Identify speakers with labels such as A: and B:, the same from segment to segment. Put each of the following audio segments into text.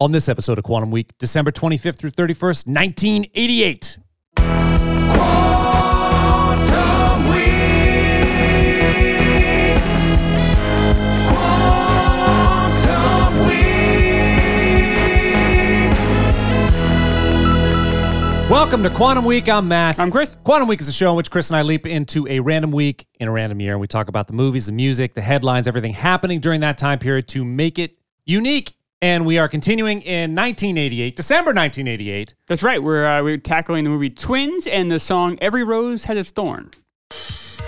A: on this episode of Quantum Week, December 25th through 31st, 1988.
B: Quantum Week. Quantum Week.
A: Welcome to Quantum Week. I'm Matt.
C: I'm Chris.
A: Quantum Week is a show in which Chris and I leap into a random week in a random year, and we talk about the movies, the music, the headlines, everything happening during that time period to make it unique. And we are continuing in 1988, December 1988.
C: That's right. We're uh, we're tackling the movie Twins and the song "Every Rose Has Its Thorn." This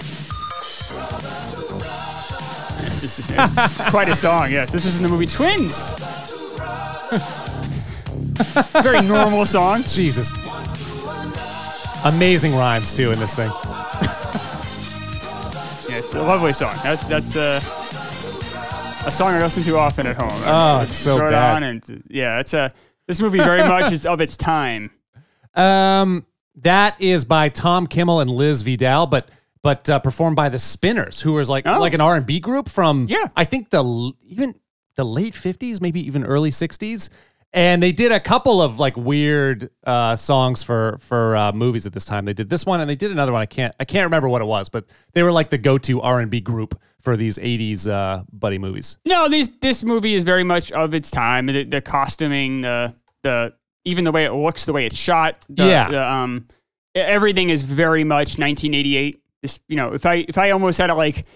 C: is, this is quite a song. Yes, this is in the movie Twins. Very normal song.
A: Jesus. Amazing rhymes, too, in this thing.
C: Yeah, it's a lovely song. That's that's uh, a song I listen to often at home.
A: Oh, it's so
C: Throw it
A: bad.
C: on and yeah, it's a this movie very much is of its time.
A: Um, that is by Tom Kimmel and Liz Vidal, but but uh, performed by the Spinners, who was like
C: Oh.
A: like an R and B group from
C: Yeah.
A: I think the l- even the late fifties, maybe even early sixties, and they did a couple of like weird uh, songs for for uh, movies at this time. They did this one and they did another one. I can't I can't remember what it was, but they were like the go to R and B group for these eighties uh, buddy movies.
C: No, this this movie is very much of its time. The, the costuming, the the even the way it looks, the way it's shot, the,
A: Yeah.
C: the, um, e- everything is very much 1988. This, you know, if I if I almost had to like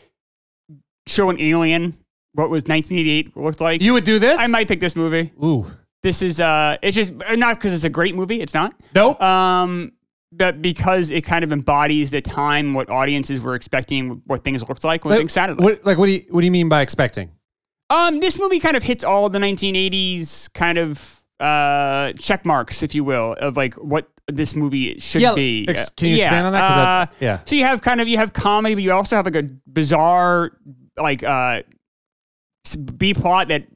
C: show an alien what was 1988 looked like,
A: You would do this?
C: I might pick this movie.
A: Ooh,
C: This is uh, it's just not because it's a great movie. It's not.
A: nope.
C: Um, but because it kind of embodies the time, what audiences were expecting, what things looked like, what things sounded like.
A: what, like what do you what do you mean by expecting?
C: Um, this movie kind of hits all the 1980s kind of uh, check marks, if you will, of like what this movie should
A: Yeah,
C: be.
A: ex- can you expand on that? 'Cause I-
C: Uh,
A: yeah.
C: So you have kind of you have comedy, but you also have like a bizarre like uh, B plot that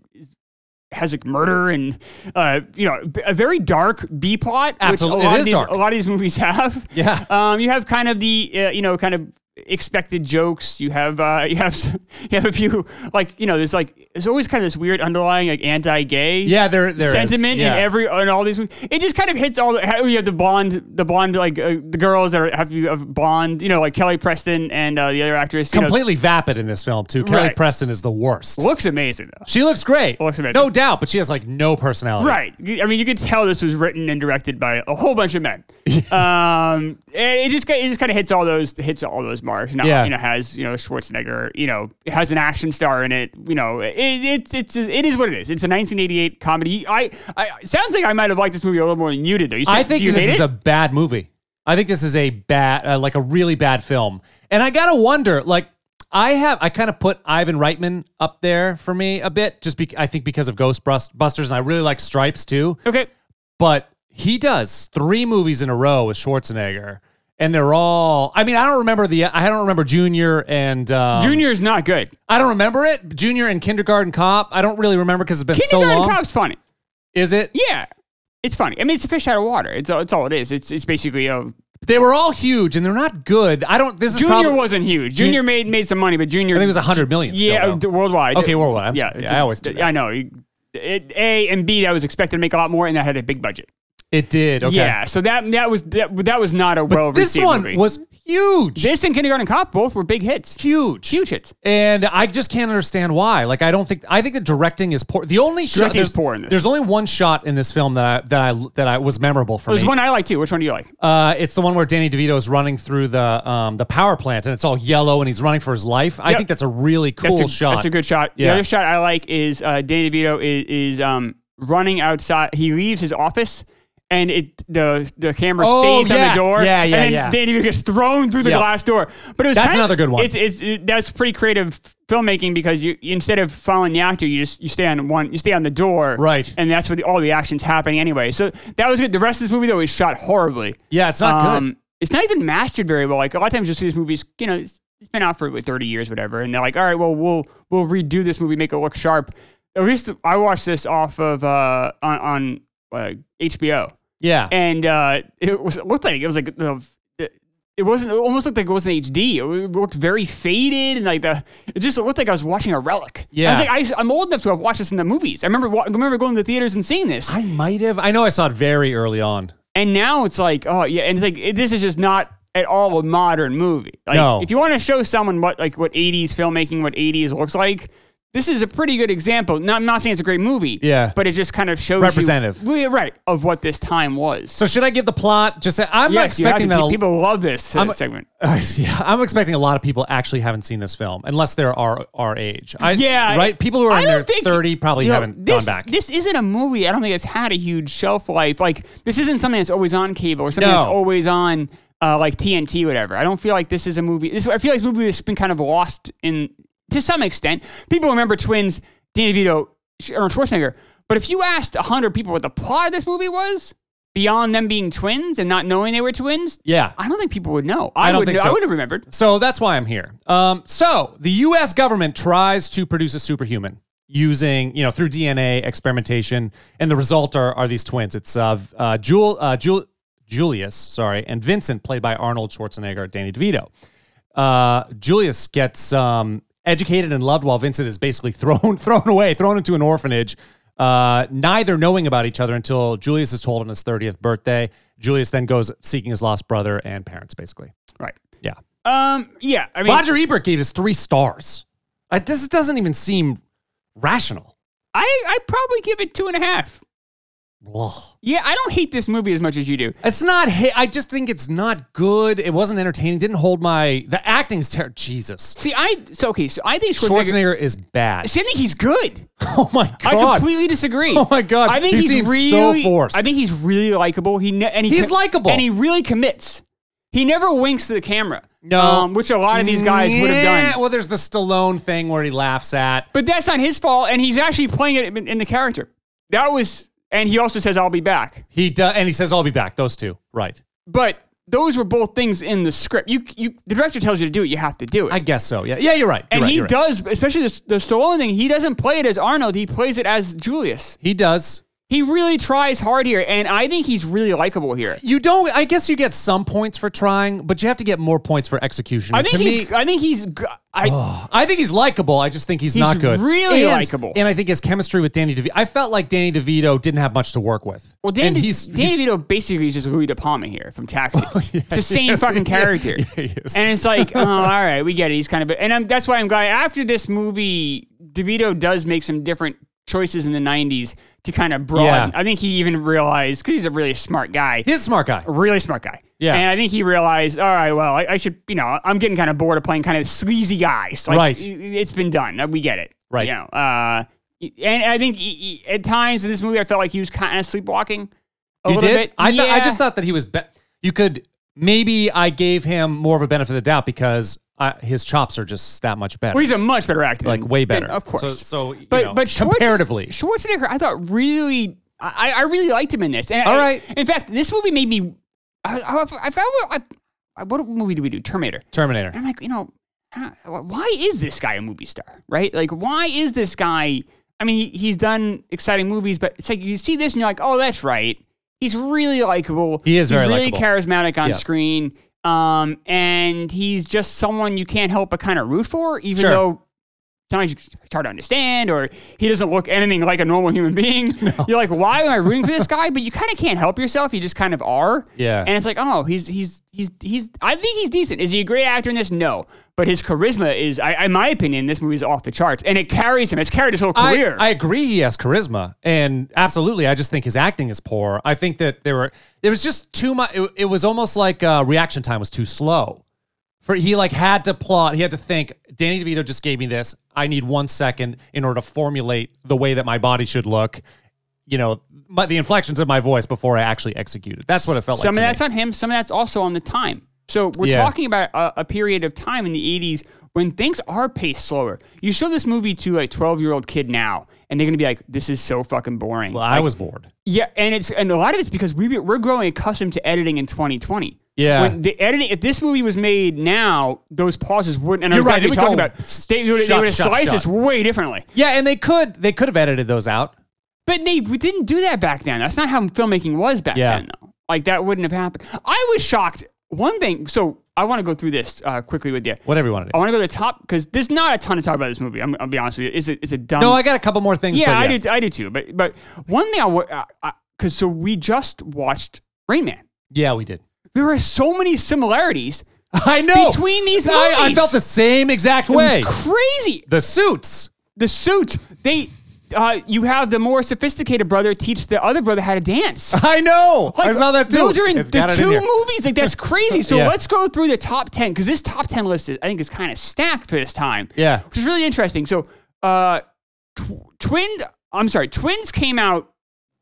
C: has like murder and uh, you know b- a very dark B plot.
A: Absolutely.
C: a lot
A: It
C: of
A: is
C: these,
A: dark.
C: A lot of these movies have.
A: Yeah.
C: Um, you have kind of the uh, you know kind of expected jokes. You have uh, you have s- you have a few like you know there's like there's always kind of this weird underlying like anti-gay
A: Yeah, there there is.
C: sentiment
A: Yeah.
C: in every in all these. It just kind of hits all. The, how you have the Bond, the Bond like uh, the girls that are, have to be of Bond. You know like Kelly Preston and uh, the other actress. you know,
A: completely vapid in this film too. Kelly
C: Right.
A: Preston is the worst.
C: looks amazing. Though.
A: she looks great,
C: Looks amazing.
A: no doubt, but she has like no personality.
C: Right. You- I mean, you could tell this was written and directed by a whole bunch of men. um, and it just ki- it just kind of hits all those hits all those marks. Now,
A: Yeah.
C: you know, has you know Schwarzenegger. You know, it has an action star in it. You know, it, it's it's it is what it is. It's a 1988 comedy. I, I it sounds like I might have liked this movie a little more than you did, though. You said,
A: I think
C: you
A: this
C: hate
A: is
C: it?
A: a bad movie. I think this is a bad, uh, like a really bad film. And I gotta wonder, like, I have, I kind of put Ivan Reitman up there for me a bit, just be, I think because of Ghostbusters, and I really like Stripes too.
C: okay.
A: but he does three movies in a row with Schwarzenegger, and they're all. I mean, I don't remember the. I don't remember Junior and um,
C: Junior's not good.
A: I don't remember it. Junior and Kindergarten Cop. I don't really remember because it's been so
C: Kindergarten
A: long.
C: Cop's funny.
A: Is it?
C: Yeah, it's funny. I mean, it's a fish out of water. It's all- it's all it is. It's it's basically a
A: They were all huge and they're not good. I don't. This is
C: Junior
A: probably,
C: wasn't huge. Junior made made some money, but Junior
A: I think it was a hundred million. still,
C: Yeah, uh,
A: though.
C: d- worldwide.
A: Okay, worldwide. I'm sorry.
C: it's
A: Yeah,
C: a-
A: I always do that.
C: I know. You- It, a and B, that was expected to make a lot more, and that had a big budget.
A: it did. Okay.
C: Yeah, so that that was that, that was not a well
A: This
C: received
A: one
C: movie.
A: was huge.
C: this and Kindergarten Cop both were big hits,
A: huge.
C: huge hits.
A: And I just can't understand why. Like I don't think I think the directing is poor. The only shot
C: Directing is
A: there's,
C: poor in this.
A: there's only one shot in this film that I that I that I was memorable for
C: There's
A: me.
C: one I like too. Which one do you like?
A: Uh, it's the one where Danny DeVito is running through the um, the power plant and it's all yellow and he's running for his life. I
C: Yep.
A: think that's a really cool
C: That's a,
A: shot.
C: That's a good shot.
A: Yeah.
C: The other shot I like is uh, Danny DeVito is, is um, running outside. He leaves his office. And it the the camera
A: Oh,
C: stays on
A: yeah.
C: the door.
A: Yeah, yeah,
C: and then
A: yeah.
C: Danny DeVito gets thrown through the
A: Yeah.
C: glass door. But it was
A: That's
C: kind of-
A: another good one.
C: It's, it's it- that's pretty creative filmmaking because you instead of following the actor, you just you stay on one, you stay on the door,
A: Right.
C: And that's where the, all the action's happening anyway. So that was good. The rest of this movie though is shot horribly.
A: yeah, it's not good.
C: Um, It's not even mastered very well. Like a lot of times, you'll see this movie's, you know, it's, it's been out for like 30 years, whatever, and they're like, all right, well, we'll we'll redo this movie, make it look sharp. At least I watched this off of uh, on, on uh, HBO,
A: Yeah.
C: and uh, it was it looked like it was like the. It it wasn't. It almost looked like it wasn't HD. It w- looked very faded, and like the it just looked like I was watching a relic. I
A: Yeah.
C: was like, I, am old enough to have watched this in the movies. I remember. wa- I remember going to the theaters and seeing this.
A: I might have. I know I saw it very early on.
C: And now it's like, oh yeah, and it's like it, this is just not at all a modern movie. Like,
A: No.
C: If you want to show someone what like what '80s filmmaking, what '80s looks like, this is a pretty good example. Now, I'm not saying it's a great movie.
A: Yeah.
C: But it just kind of shows you-
A: Representative.
C: Well, yeah, right, of what this time was.
A: So should I give the plot? Just say, I'm not
C: Yes, you have
A: expecting
C: to-
A: that. a-
C: people love this uh, segment.
A: yeah, I'm expecting a lot of people actually haven't seen this film, unless they're our our age. I,
C: Yeah,
A: right. People who are
C: I
A: in
C: don't
A: their
C: think-
A: 30 probably
C: you know,
A: haven't gone
C: this,
A: back.
C: This isn't a movie. I don't think it's had a huge shelf life. Like this isn't something that's always on cable or something that's
A: No.
C: always on uh, like TNT, whatever. I don't feel like this is a movie. This I feel like this movie has been kind of lost in to some extent. People remember Twins, Danny DeVito, Sch- Arnold Schwarzenegger, but if you asked hundred people what the plot of this movie was. Beyond them being twins and not knowing they were twins,
A: Yeah.
C: I don't think people would know. I,
A: don't
C: would
A: think
C: know-
A: so.
C: I would have remembered.
A: So that's why I'm here. Um, so the U.S. government tries to produce a superhuman using, you know, through DNA experimentation, and the result are are these twins. It's uh, uh, Jul, uh, Jul, Julius, sorry, and Vincent, played by Arnold Schwarzenegger, Danny DeVito. Uh, Julius gets um, educated and loved, while Vincent is basically thrown thrown away, thrown into an orphanage. Uh, neither knowing about each other until Julius is told on his 30th birthday. Julius then goes seeking his lost brother and parents, basically.
C: Right.
A: Yeah.
C: Um. Yeah. I mean,
A: Roger Ebert gave us three stars. Like, this doesn't even seem rational.
C: I I probably give it two and a half.
A: Ugh.
C: Yeah, I don't hate this movie as much as you do.
A: It's not. hi- I just think it's not good. It wasn't entertaining. Didn't hold my. The acting's terrible. Jesus.
C: See, I so okay. So I think Schwarzenegger.
A: Schwarzenegger is bad.
C: See, I think he's good.
A: Oh my
C: I
A: god.
C: completely disagree.
A: Oh my God.
C: I think
A: He
C: he's
A: seems
C: really.
A: so forced.
C: I think he's really likable. He ne- and he
A: He's
C: com-
A: likable.
C: and he really commits. He never winks to the camera.
A: No.
C: um, which a lot of these guys would have
A: Yeah,
C: done.
A: Well, there's the Stallone thing where he laughs at.
C: But that's not his fault, and he's actually playing it in, in the character. That was, and he also says, "I'll be back."
A: He does, and he says, "I'll be back." Those two, right?
C: But those were both things in the script. You, you, the director tells you to do it, you have to do it.
A: I guess so. Yeah. Yeah, you're right.
C: and
A: You're right,
C: he
A: you're right.
C: does, especially the, the Stallone thing. He doesn't play it as Arnold. He plays it as Julius.
A: He does.
C: He really tries hard here, and I think he's really likable here.
A: You don't. I guess you get some points for trying, but you have to get more points for execution.
C: I
A: And
C: think
A: to
C: he's.
A: me, Oh,
C: I think he's. g- I
A: I think he's likable. I just think he's,
C: He's
A: not good.
C: really
A: And-
C: likable.
A: and I think his chemistry with Danny DeVito. I felt like Danny DeVito didn't have much to work with.
C: well, Dan,
A: And
C: De-
A: he's,
C: Dan DeVito basically is just Louis De Palma here from Taxi. it's the same
A: yes,
C: fucking
A: yeah,
C: character,
A: yeah, he is.
C: and it's like, oh, all right, we get it. He's kind of, and I'm, that's why I'm glad after this movie, DeVito does make some different choices in the '90s to kind of broaden.
A: Yeah.
C: I think he even realized because he's a really smart guy.
A: he's a smart guy.
C: really smart guy.
A: Yeah.
C: And I think he realized, all right, well, I, I should, you know, I'm getting kind of bored of playing kind of sleazy guys. Like,
A: Right.
C: i- It's been done. We get it.
A: Right.
C: You know, uh, and I think he, he- at times in this movie, I felt like he was kind of sleepwalking a
A: You
C: little
A: did.
C: bit.
A: I thought. I
C: Yeah.
A: just thought that he was. Be- you could maybe I gave him more of a benefit of the doubt because I, his chops are just that much better.
C: Well, he's a much better actor.
A: like
C: than-
A: way
C: than-
A: better.
C: of course.
A: So, so you
C: but
A: know,
C: but Schwarz-
A: comparatively,
C: Schwarzenegger, I thought really, I, I really liked him in this. And
A: All
C: I-
A: right.
C: in fact, this movie made me. I, I, I, I, I, what movie did we do? Terminator.
A: Terminator.
C: And I'm like, you know, I don't- why is this guy a movie star, right? Like, why is this guy? I mean, he, he's done exciting movies, but it's like you see this and you're like, oh, that's right. He's really likable.
A: He is
C: he's
A: very
C: really
A: likable.
C: charismatic on
A: Yeah.
C: screen. Um, and he's just someone you can't help but kind of root for, even
A: Sure.
C: though sometimes it's hard to understand, or he doesn't look anything like a normal human being. You're like, why am I rooting for this guy? But you kind of can't help yourself. You just kind of are.
A: Yeah.
C: And it's like, oh, he's he's he's he's. I think he's decent. Is he a great actor in this? No, but his charisma is, I, in my opinion, this movie is off the charts, and it carries him. It's carried his whole career.
A: I, I agree he has charisma and absolutely I just think his acting is poor. I think that there were there was just too much it, it was almost like uh, reaction time was too slow. For he like had to plot, he had to think Danny DeVito just gave me this. I need 1 second in order to formulate the way that my body should look. You know, my, the inflections of my voice before I actually execute it. That's what it felt
C: some
A: like. to
C: of
A: me.
C: that's on him. Some of that's also on the time. So we're
A: Yeah.
C: talking about a, a period of time in the '80s when things are paced slower. You show this movie to a 12-year-old kid now, and they're gonna be like, "This is so fucking boring."
A: Well, I was bored.
C: Yeah, and it's and a lot of it's because we we're growing accustomed to editing in 2020.
A: Yeah.
C: when the editing, if this movie was made now, those pauses wouldn't. And
A: You're
C: I'm
A: right,
C: right,
A: it
C: we
A: would
C: talking
A: go
C: about they, would- they
A: shut,
C: would have
A: shut,
C: sliced
A: shut.
C: this way differently.
A: Yeah, and they could they could have edited those out.
C: But they we didn't do that back then. That's not how filmmaking was back
A: Yeah.
C: then, though. Like that wouldn't have happened. I was shocked. One thing, so I want to go through this uh, quickly with you.
A: Whatever you want
C: I
A: to do.
C: want to go to the top because there's not a ton to talk about this movie. I'm, I'll be honest with you. It's a, it's a dumb.
A: No, I got a couple more things.
C: yeah,
A: but
C: I do. I do too. But but one thing I because I, 'cause so we just watched Rain Man.
A: Yeah, we did.
C: There are so many similarities.
A: I know.
C: Between these
A: I, I
C: movies.
A: felt the same exact
C: It was
A: way.
C: crazy.
A: the suits.
C: The suits. They. Uh, you have the more sophisticated brother teach the other brother how to dance.
A: I know. I saw that too.
C: Those are in
A: It's
C: the
A: got it in
C: two
A: here.
C: movies. Like that's crazy. So
A: Yeah.
C: let's go through the top ten because this top ten list is, I think is kind of stacked for this time.
A: Yeah.
C: which is really interesting. So, uh, tw- twin. I'm sorry, twins came out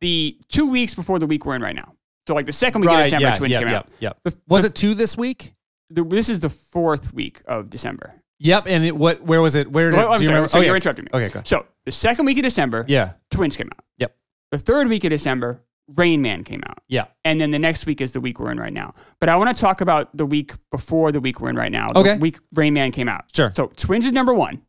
C: the two weeks before the week we're in right now. So like the second week of December,
A: yeah,
C: twins
A: yeah,
C: came
A: yeah,
C: out.
A: yeah.
C: The-
A: Was it two this week?
C: The, this is the fourth week of December.
A: Yep. And it, what? Where was it? Where did?
C: Well, I'm
A: do you
C: sorry,
A: remember?
C: So
A: oh,
C: you're
A: yeah.
C: interrupting me.
A: Okay, go.
C: So the second week of December,
A: Yeah.
C: twins came out.
A: Yep.
C: The third week of December, Rain Man came out.
A: Yeah.
C: and then the next week is the week we're in right now. But I want to talk about the week before the week we're in right now. The
A: Okay.
C: week Rain Man came out.
A: Sure.
C: So Twins is number one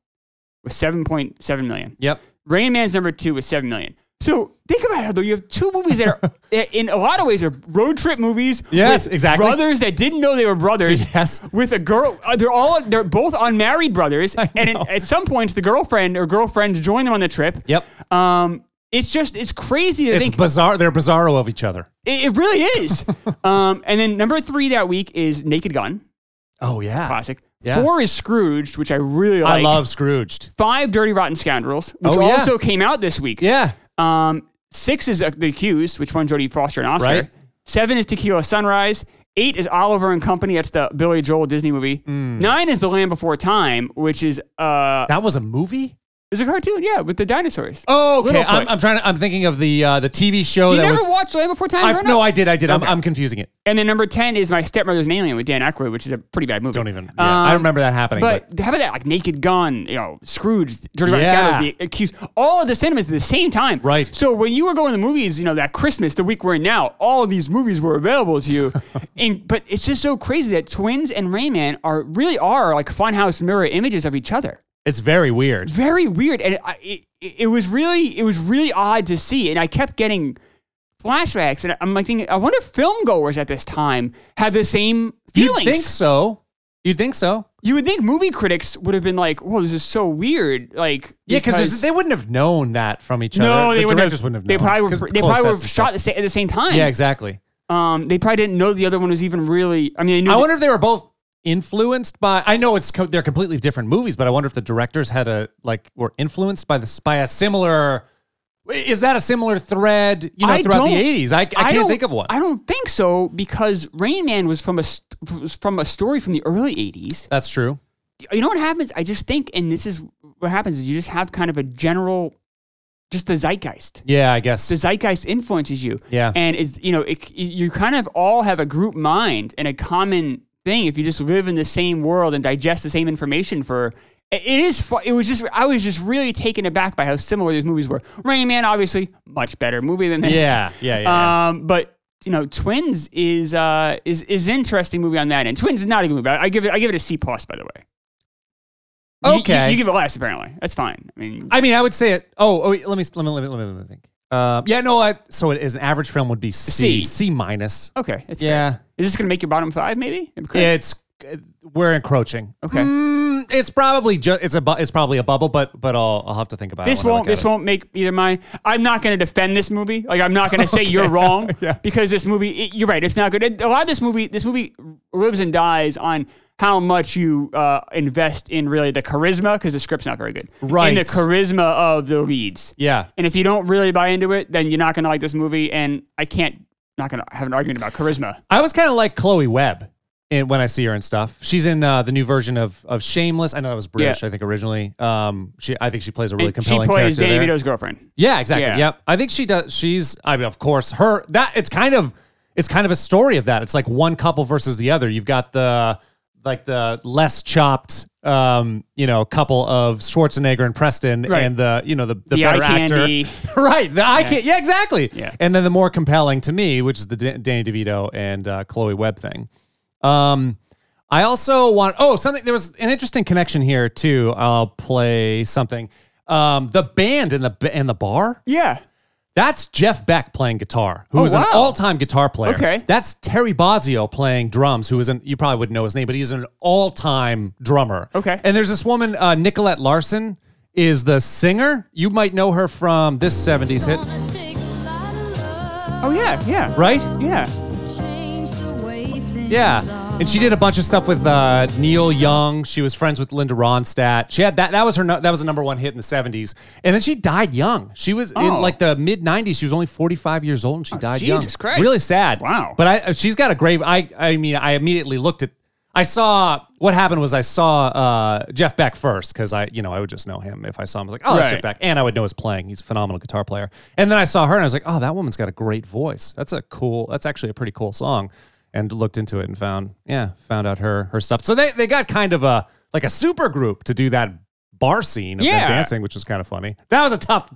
C: with 7.7 million.
A: Yep.
C: Rain Man's number two with 7 million. So think about it though. You have two movies that are, that in a lot of ways, are road trip movies.
A: Yes,
C: with
A: exactly.
C: Brothers that didn't know they were brothers.
A: Yes.
C: With a girl, uh, they're all they're both unmarried brothers, and in, at some points the girlfriend or girlfriends join them on the trip.
A: Yep.
C: Um, it's just it's crazy to
A: It's
C: think
A: bizarre. They're bizarro of each other.
C: it, it really is. um, and then number three that week is Naked Gun,
A: Oh yeah.
C: classic.
A: Yeah.
C: Four is Scrooged, which I really
A: I
C: like.
A: love Scrooged.
C: Five Dirty Rotten Scoundrels, which
A: Oh, yeah.
C: also came out this week.
A: Yeah.
C: Um, six is uh, The Accused, which won Jodie Foster and Oscar.
A: Right.
C: Seven is Tequila Sunrise. Eight is Oliver and Company. That's the Billy Joel Disney movie.
A: Mm.
C: Nine is The Land Before Time, which is uh,
A: That was a movie.
C: is a cartoon, yeah, with the dinosaurs.
A: Oh, okay.
C: Littlefoot.
A: I'm, I'm trying to. I'm thinking of the uh, the TV show
C: you
A: that
C: never
A: was.
C: watched Land Before Time?
A: I,
C: growing
A: no,
C: up?
A: I did. I did. I'm, I'm confusing it.
C: And then number ten is My Stepmother's an Alien with Dan Aykroyd, which is a pretty bad movie.
A: Don't even. Yeah, I
C: Um,
A: remember that happening. But,
C: But, how about that? Like Naked Gun, you know, Scrooge, Dirty Rotten
A: Yeah.
C: Scoundrels, The Accused, all of the cinemas at the same time.
A: Right.
C: So when you were going to the movies, you know, that Christmas, the week we're in now, all of these movies were available to you. and but it's just so crazy that Twins and Rayman are really are like funhouse mirror images of each other.
A: it's very weird.
C: Very weird, and I, it, it was really it was really odd to see. And I kept getting flashbacks, and I'm like thinking, I wonder if film goers at this time had the same
A: You
C: feelings.
A: think so? You think so?
C: You would think movie critics would have been like, "Whoa, this is so weird." Like,
A: Yeah, because they wouldld't have known that from each other.
C: no,
A: the
C: they would
A: directors wouldn't have known.
C: They probably were.
A: 'cause
C: They
A: close
C: probably were
A: sets and stuff.
C: shot the sa- at the same time.
A: Yeah, exactly.
C: Um, they probably didn't know the other one was even really. I mean, they knew.
A: I
C: that-
A: wonder if they were both influenced by. I know it's co- they're completely different movies, but I wonder if the directors had a like were influenced by this by a similar. Is that a similar thread? You know,
C: I
A: throughout the
C: don't-
A: eighties, I, I can't
C: don't-
A: think of one.
C: I don't think so because Rain Man was from a st- was from a story from the early '80s.
A: That's true.
C: You know what happens? I just think, and this is what happens: is you just have kind of a general, just the zeitgeist.
A: Yeah, I guess.
C: the zeitgeist influences you.
A: Yeah.
C: And it's, you know, it, you kind of all have a group mind and a common thing if you just live in the same world and digest the same information for. It it is. fu- It was just. I was just really taken aback by how similar these movies were. Rain Man, obviously, much better movie than this.
A: yeah, yeah, yeah. yeah.
C: Um, but you know, Twins is uh is is an interesting movie on that end. Twins is not a good movie. I I give it. I give it a C plus. By the way. You- you-
A: Okay.
C: You, give it less apparently. That's fine. I mean,
A: I mean, I would say it. Oh, oh wait, let me let me let me let me, let me think. Uh, yeah, no. I, so it is an average film would be C
C: C.
A: C minus.
C: okay. That's fair.
A: Yeah,
C: Is this gonna make your bottom five? Maybe. Correct?
A: it's we're encroaching.
C: Okay.
A: Mm, it's probably just it's a bu- it's probably a bubble, but but I'll I'll have to think about
C: This
A: it. when I
C: won't.
A: look at
C: This
A: it.
C: won't make either mine. I'm not going to defend this movie. Like I'm not going to say you're wrong because this movie. it- you're right. It's not good. It- a lot of this movie. This movie lives and dies on how much you uh, invest in really the charisma because the script's not very good.
A: Right.
C: And the charisma of the leads.
A: Yeah.
C: And if you don't really buy into it, then you're not going to like this movie. And I can't. Not going to have an argument about charisma.
A: I was kind of like Chloe Webb in, when I see her and stuff. She's in uh, the new version of of Shameless. I know that was British,
C: Yeah.
A: I think originally. Um, she I think she plays a really
C: she
A: compelling
C: plays
A: character
C: Danny
A: there.
C: DeVito's girlfriend.
A: Yeah, exactly.
C: Yeah.
A: Yep. I think she does. She's. I mean, of course, her that it's kind of it's kind of a story of that. It's like one couple versus the other. You've got the like the less chopped, um, you know, couple of Schwarzenegger and Preston,
C: Right.
A: and the you know the the,
C: The eye
A: better actor,
C: candy.
A: right? The I can yeah, exactly.
C: Yeah.
A: And then the more compelling to me, which is the Da- Danny DeVito and uh, Chloe Webb thing. Um, I also want oh something. There was an interesting connection here too. I'll play something. Um, the band in the in the bar
C: Yeah.
A: That's Jeff Beck playing guitar, who
C: Oh,
A: is
C: wow.
A: an all-time guitar player.
C: Okay.
A: That's Terry Bozzio playing drums, who is an you probably wouldn't know his name, but he's an all-time drummer.
C: Okay.
A: And there's this woman, uh, Nicolette Larson, is the singer. You might know her from this '70s hit,
C: Oh yeah, yeah,
A: right?
C: yeah.
A: Yeah, and she did a bunch of stuff with uh, Neil Young. She was friends with Linda Ronstadt. She had that. That was her. nu- That was a number one hit in the seventies. And then she died young. She was in
C: Oh.
A: like the mid nineties. She was only forty five years old, and she died young.
C: Jesus Christ.
A: Really sad.
C: Wow.
A: But I, she's got a grave. I. I mean, I immediately looked at. I saw what happened was I saw uh, Jeff Beck first because I, you know, I would just know him if I saw him. I was like, oh, that's
C: Right.
A: Jeff Beck, and I would know his playing. He's a phenomenal guitar player. And then I saw her, and I was like, oh, that woman's got a great voice. That's a cool. That's actually a pretty cool song. And looked into it and found, yeah, found out her her stuff. So they they got kind of a like a super group to do that bar scene of them
C: Yeah.
A: dancing, which was kind of funny. That was a tough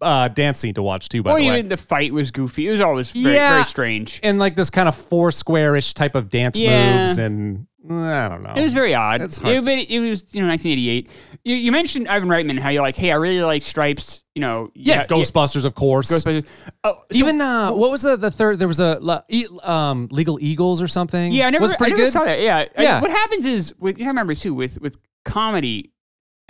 A: uh, dance scene to watch too. By
C: Well,
A: the way,
C: even the fight was goofy. It was always very,
A: Yeah.
C: very strange.
A: and like this kind of four square ish type of dance
C: Yeah.
A: moves, and mm, I don't know.
C: It was very odd.
A: It's hard
C: It, but it was you know 1988. You, you mentioned Ivan Reitman how you're like, hey, I really like Stripes. You know,
A: yeah, Ghostbusters, of course.
C: Ghostbusters. Oh, so-
A: Even uh, what was the, the third? There was a le- e- um, Legal Eagles or something.
C: Yeah, I never,
A: was
C: I
A: pretty
C: never
A: good.
C: saw that. Yeah, I-
A: Yeah.
C: what happens is with you know, I remember too with with comedy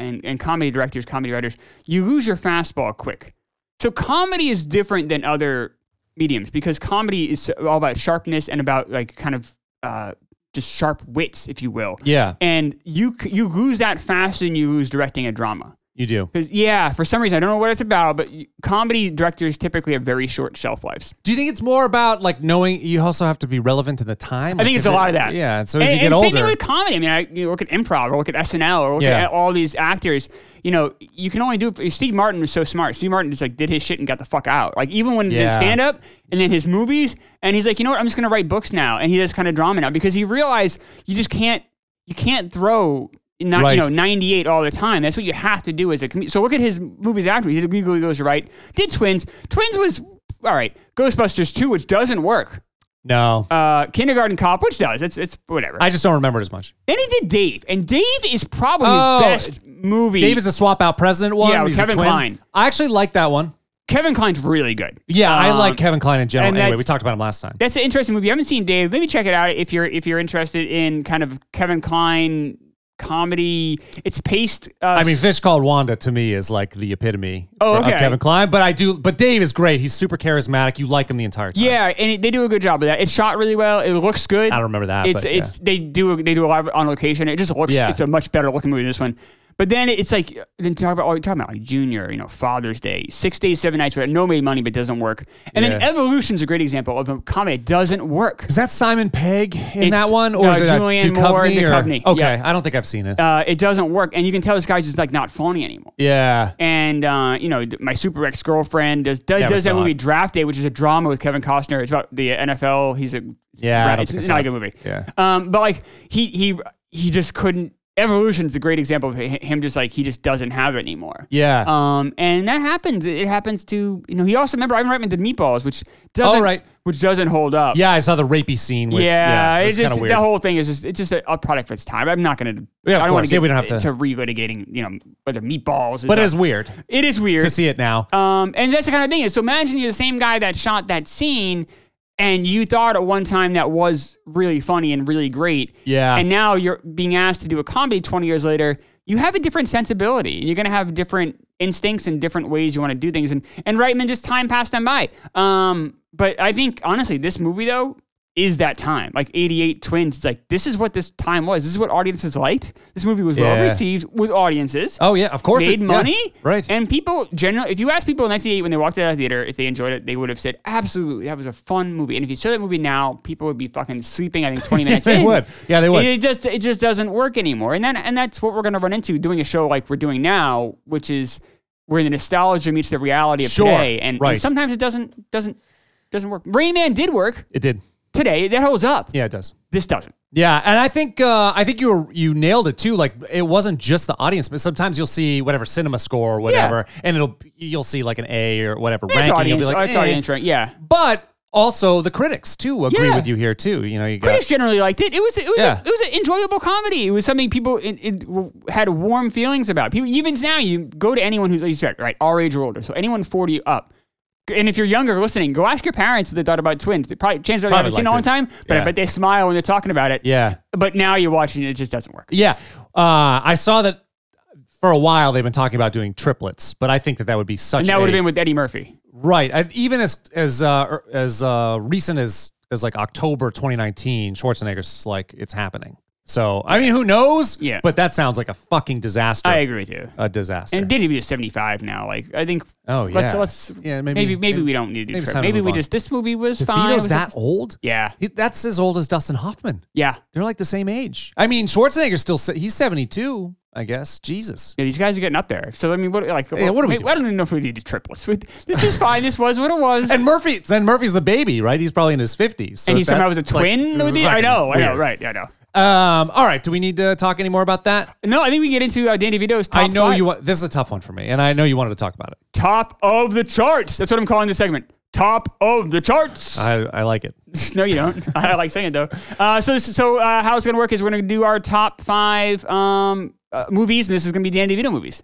C: and and comedy directors, comedy writers, you lose your fastball quick. So comedy is different than other mediums because comedy is all about sharpness and about like kind of uh, just sharp wits, if you will.
A: Yeah,
C: And you c- you lose that faster than you lose directing a drama.
A: you do.
C: Because yeah, for some reason I don't know what it's about, but y- comedy directors typically have very short shelf lives.
A: Do you think it's more about like knowing? You also have to be relevant to the time.
C: I think it's a lot of that.
A: Yeah. So as
C: and,
A: you get
C: and
A: older,
C: same thing with comedy. I mean, I, you look at improv, or look at SNL, or look
A: Yeah.
C: at all these actors. You know, you can only do. it- Steve Martin was so smart. Steve Martin just like did his shit and got the fuck out. Like even when he did
A: Yeah.
C: stand up and then his movies, and he's like, you know what, I'm just gonna write books now, and he does kind of drama now because he realized you just can't, you can't throw. Not,
A: Right.
C: you know 98 all the time. That's what you have to do as a comedian. So look at his movies after he did Legally Goes Right, did Twins. Twins was all right. Ghostbusters 2, which doesn't work
A: no,
C: uh, Kindergarten Cop, which does. It's it's whatever.
A: I just don't remember it as much.
C: then he did Dave, and Dave is probably
A: Oh,
C: his best movie.
A: Dave is the swap out president one.
C: Yeah, with
A: he's a
C: Kevin
A: twin.
C: Kline.
A: I actually like that one.
C: Kevin Kline's really good.
A: Yeah, I
C: Um,
A: like Kevin Klein in general.
C: and
A: Anyway,
C: that's-
A: we talked about him last time.
C: That's an interesting movie. I haven't seen Dave. Maybe check it out if you're if you're interested in kind of Kevin Kline comedy. It's paced. Uh,
A: I mean, Fish Called Wanda to me is like the epitome
C: Oh,
A: for-
C: okay.
A: of Kevin Klein. But I do. But Dave is great. He's super charismatic. You like him the entire time.
C: yeah, and it, they do a good job of that. It's shot really well. It looks good.
A: I don't remember that,
C: It's
A: but yeah.
C: it's they do they do a lot of- on location. It just looks.
A: Yeah.
C: It's a much better looking movie than this one. But then it's like then talk about all you're talking about like Junior, you know, Father's Day, six days, seven nights where no made money but doesn't work. And then
A: Yeah.
C: Evolution's a great example of a comedy that doesn't work.
A: Is that Simon Pegg in
C: It's-
A: that one, or
C: no,
A: is it uh,
C: Julianne
A: Duchovny?
C: Moore and
A: or-
C: Duchovny,
A: Okay,
C: yeah.
A: I don't think I've seen it.
C: Uh, it doesn't work, and you can tell this guy's just like not funny anymore.
A: yeah,
C: And uh, you know, d- my super ex girlfriend does does,
A: Never
C: does that
A: saw
C: movie
A: it.
C: Draft Day, which is a drama with Kevin Costner. It's about the NFL. He's a
A: Yeah, I don't
C: It's,
A: think I
C: it's
A: saw
C: not a
A: it.
C: good movie.
A: Yeah.
C: Um, but like he he he just couldn't. Evolution's a great example of hi- him just like he just doesn't have it anymore.
A: yeah.
C: Um, and that happens. It happens to you know. He also remember Ivan Reitman did Meatballs, which doesn't
A: Oh, right.
C: which doesn't hold up.
A: Yeah, I saw the rapey scene. With, yeah,
C: yeah,
A: it's
C: it's
A: kind
C: just
A: of weird.
C: the whole thing is just it's just a, a product of its time. I'm not gonna.
A: Yeah, of
C: I don't want
A: course. Yeah, we don't have to-
C: to relitigating. You know, whether meatballs. Is
A: but
C: a-
A: it's weird
C: it is weird
A: to see it now.
C: Um, and that's the kind of thing. is So imagine you're the same guy that shot that scene, and you thought at one time that was really funny and really great.
A: Yeah.
C: And now you're being asked to do a comedy 20 years later. You have a different sensibility. You're gonna have different instincts and different ways you want to do things. And and Reitman just time passed them by. Um, but I think honestly, this movie though is that time like 88 twins it's like this is what this time was this is what audiences liked this movie was well
A: Yeah.
C: received with audiences
A: Oh yeah, of course.
C: made
A: it- yeah,
C: money.
A: right?
C: And people generally, if you ask people in 1988 when they walked out of the theater if they enjoyed it, they would have said, absolutely, that was a fun movie. And if you show that movie now, people would be fucking sleeping, I think, 20 minutes
A: They
C: in.
A: would. Yeah, they would.
C: It just, it just doesn't work anymore. And, then, and that's what we're going to run into doing a show like we're doing now, which is where the nostalgia meets the reality of
A: Sure,
C: today. And, and
A: right.
C: sometimes it doesn't, doesn't, doesn't work. Rain Man did work
A: it did.
C: today. That holds up.
A: Yeah, it does.
C: This doesn't.
A: Yeah, and I think uh, I think you were, you nailed it too. Like it wasn't just the audience, but sometimes you'll see whatever cinema score or whatever, and it'll you'll see like an A or whatever
C: It's
A: ranking.
C: audience,
A: you'll be like,
C: it's
A: eh.
C: audience rank. Yeah.
A: But also the critics too agree
C: Yeah.
A: with you here too. You know, you got
C: critics generally liked it. It was it was
A: Yeah.
C: a, it was an enjoyable comedy. It was something people in, in, w- had warm feelings about. People even now you go to anyone who's like you said right our age or older. So anyone forty up, And if you're younger listening, go ask your parents what they thought about twins. They probably changed that they
A: Probably
C: haven't seen in a long
A: liked it.
C: time, but
A: Yeah.
C: I bet they smile when they're talking about it.
A: Yeah.
C: But now you're watching it, it just doesn't work.
A: Yeah. Uh, I saw that for a while they've been talking about doing triplets, but I think that that would be such
C: And that would
A: a-
C: have been with Eddie Murphy.
A: right. I, even as as uh, er- as uh, recent as as like October 2019, Schwarzenegger's like it's happening. So I mean, who knows?
C: Yeah.
A: But that sounds like a fucking disaster.
C: I agree with you.
A: a disaster.
C: And Diddy is 75 now. Like I think.
A: Oh,
C: Let's
A: yeah.
C: let's
A: Yeah, maybe-
C: maybe maybe,
A: maybe-
C: we don't need
A: maybe
C: to maybe,
A: it's
C: trip.
A: time to
C: maybe
A: move
C: we
A: on.
C: just this movie was fine. It
A: DeVito's
C: was
A: that
C: okay.
A: old?
C: Yeah,
A: He, that's as old as Dustin Hoffman.
C: yeah.
A: They're like the same age. I mean, Schwarzenegger's still se- he's 72, I guess. Jesus.
C: Yeah, these guys are getting up there. So I mean, what like
A: what are we
C: I don't even know if we need to triplets. We- This is fine. this was what it was.
A: And Murphy, then Murphy's the baby, right? He's probably in his 50s. So
C: and he
A: it's that-
C: somehow was a
A: it's like-
C: twin.
A: it's
C: with the-
A: fucking
C: I know, I know,
A: weird.
C: right? I know.
A: Um, all right. Do we need to talk any more about that?
C: No, I think we get into uh, Danny Vito's top.
A: I know
C: five.
A: you want this is a tough one for me, and I know you wanted to talk about it.
C: top of the charts. That's what I'm calling this segment. Top of the charts.
A: I, I like it.
C: no, you don't. I like saying it though. Uh, so, this, so uh, how it's gonna work is we're gonna do our top five um, uh, movies, and this is gonna be Danny DeVito movies.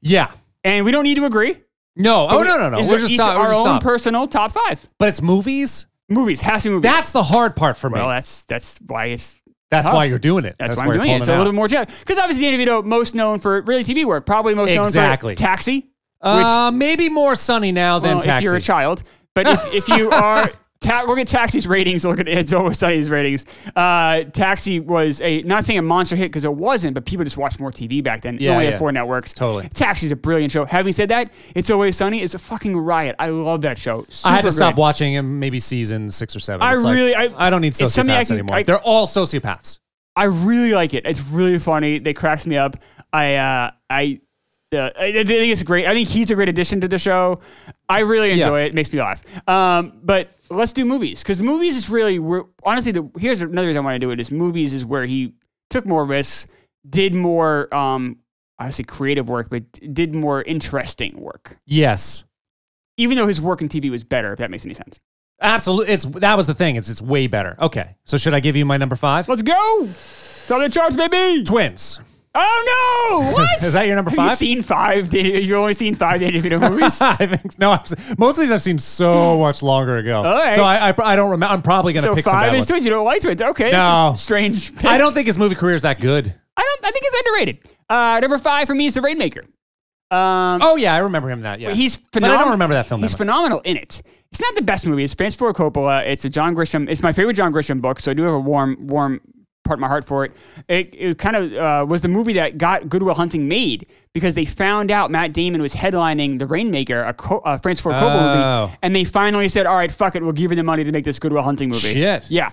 A: Yeah.
C: And we don't need to agree.
A: No. Oh no no no.
C: Is
A: We're
C: there
A: just
C: each
A: stop,
C: our
A: we're just
C: own
A: stop.
C: personal top five
A: but it's movies.
C: movies. Has to be movies.
A: That's the hard part for me.
C: well, that's that's why it's
A: that's
C: tough.
A: why you're doing it.
C: that's, why
A: you're
C: I'm doing it.
A: pulling
C: It's a little
A: out.
C: more because obviously Danny DeVito most known for really TV work, probably most
A: Exactly.
C: known for Taxi, which
A: Uh, maybe more sunny now than
C: well, if
A: taxi.
C: you're a child, but if, if you are. Ta- look at Taxi's ratings. Look at It's Always Sunny's ratings. Uh, Taxi was a not saying a monster hit because it wasn't, but people just watched more TV back then. It
A: Yeah,
C: only
A: yeah.
C: had four networks.
A: Totally.
C: Taxi's a brilliant show. Having said that, It's Always Sunny is a fucking riot. I love that show.
A: I had to
C: Super
A: stop
C: great.
A: watching him maybe season six or seven.
C: I
A: It's like,
C: really- I-
A: I don't need
C: it's something I
A: sociopaths
C: can-
A: anymore.
C: I-
A: They're all sociopaths.
C: I really like it. It's really funny. They cracks me up. I uh, I. Uh, I I think it's great. I think he's a great addition to the show. I really enjoy
A: Yeah.
C: it. It makes me laugh. Um, but let's do movies because movies is really where, honestly. The, here's another reason I want to do it is movies is where he took more risks, did more um, obviously creative work, but did more interesting work.
A: Yes,
C: Even though his work in TV was better, if that makes any sense.
A: absolutely. It's that was the thing. It's it's way better. Okay, so should I give you my number five?
C: Let's go. It's on the charts, baby.
A: Twins.
C: Oh no! What
A: Is that your number
C: Have
A: five?
C: You seen five? Danny- You've only seen five Danny DeVito movies.
A: I think no. I've, se- most of these I've seen so much longer ago.
C: right.
A: So I, I I don't remember. I'm probably gonna
C: so
A: pick some
C: five
A: bad
C: is
A: ones.
C: twins. You don't like twins? Okay,
A: No.
C: that's a strange. Pick.
A: I don't think his movie career is that good.
C: I don't. I think it's underrated. Uh, number five for me is The Rainmaker. Um,
A: Oh yeah, I remember him in that. Yeah,
C: he's
A: But I
C: phenomenal.
A: don't remember that film.
C: He's
A: that much.
C: phenomenal in it. It's not the best movie. It's Francis Ford Coppola. It's a John Grisham. It's my favorite John Grisham book, so I do have a warm, warm part of my heart for it. It, it kind of uh, was the movie that got Goodwill Hunting made because they found out Matt Damon was headlining The Rainmaker, a, Co- a Francis Ford Coppola
A: Oh.
C: movie, and they finally said, "All right, fuck it, we'll give you the money to make this Goodwill Hunting movie."
A: Shit.
C: Yeah.